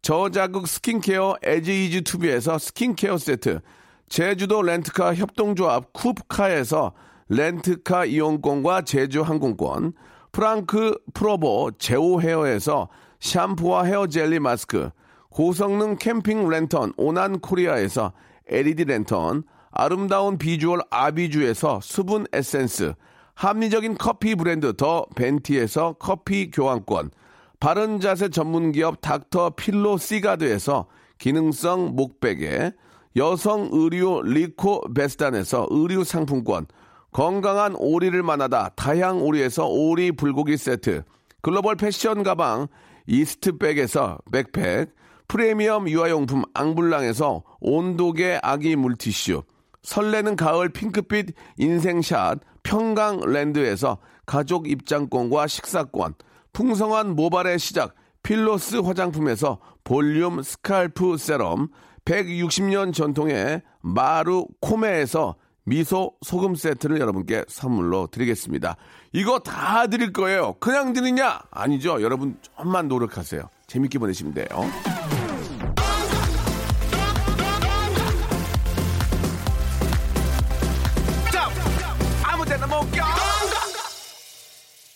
저자극 스킨케어 에지이지 투비에서 스킨케어 세트, 제주도 렌트카 협동조합 쿱카에서 렌트카 이용권과 제주 항공권, 프랑크 프로보 제오 헤어에서 샴푸와 헤어 젤리 마스크, 고성능 캠핑 랜턴 오난 코리아에서 LED 랜턴, 아름다운 비주얼 아비주에서 수분 에센스, 합리적인 커피 브랜드 더 벤티에서 커피 교환권, 바른 자세 전문 기업 닥터 필로 시가드에서 기능성 목베개, 여성 의류 리코 베스단에서 의류 상품권, 건강한 오리를 만나다 다양 오리에서 오리 불고기 세트, 글로벌 패션 가방 이스트백에서 백팩, 프리미엄 유아용품 앙블랑에서 온도계 아기 물티슈, 설레는 가을 핑크빛 인생샷 평강랜드에서 가족 입장권과 식사권, 풍성한 모발의 시작 필로스 화장품에서 볼륨 스칼프 세럼 160년 전통의 마루 코메에서 미소 소금 세트를 여러분께 선물로 드리겠습니다. 이거 다 드릴 거예요. 그냥 드리냐? 아니죠. 여러분 좀만 노력하세요. 재밌게 보내시면 돼요.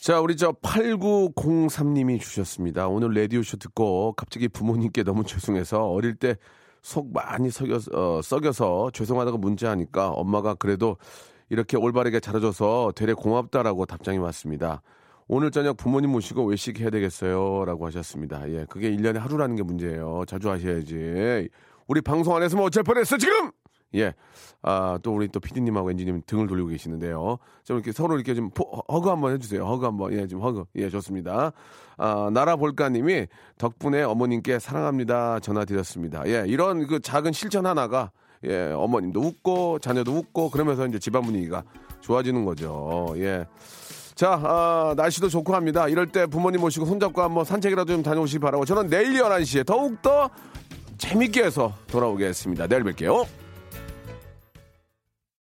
자, 우리 저 8903님이 주셨습니다. 오늘 라디오쇼 듣고 갑자기 부모님께 너무 죄송해서 어릴 때 속 많이 썩여서, 어, 썩여서 죄송하다고 문자하니까 엄마가 그래도 이렇게 올바르게 잘해줘서 되레 고맙다라고 답장이 왔습니다. 오늘 저녁 부모님 모시고 외식해야 되겠어요. 라고 하셨습니다. 예, 그게 1년에 하루라는 게 문제예요. 자주 하셔야지. 우리 방송 안 했으면 어쩔 뻔했어, 지금! 예. 아, 또 우리 또 피디님하고 엔지님 등을 돌리고 계시는데요. 좀 이렇게 서로 이렇게 좀 포- 허그 한번 해주세요. 허그 한번. 예, 좀 허그. 예, 좋습니다. 아, 나라볼까님이 덕분에 어머님께 사랑합니다. 전화 드렸습니다. 예, 이런 그 작은 실천 하나가 예, 어머님도 웃고 자녀도 웃고 그러면서 이제 집안 분위기가 좋아지는 거죠. 예. 자, 아, 날씨도 좋고 합니다. 이럴 때 부모님 모시고 손잡고 한번 산책이라도 좀 다녀오시기 바라고 저는 내일 11시에 더욱더 재밌게 해서 돌아오겠습니다. 내일 뵐게요.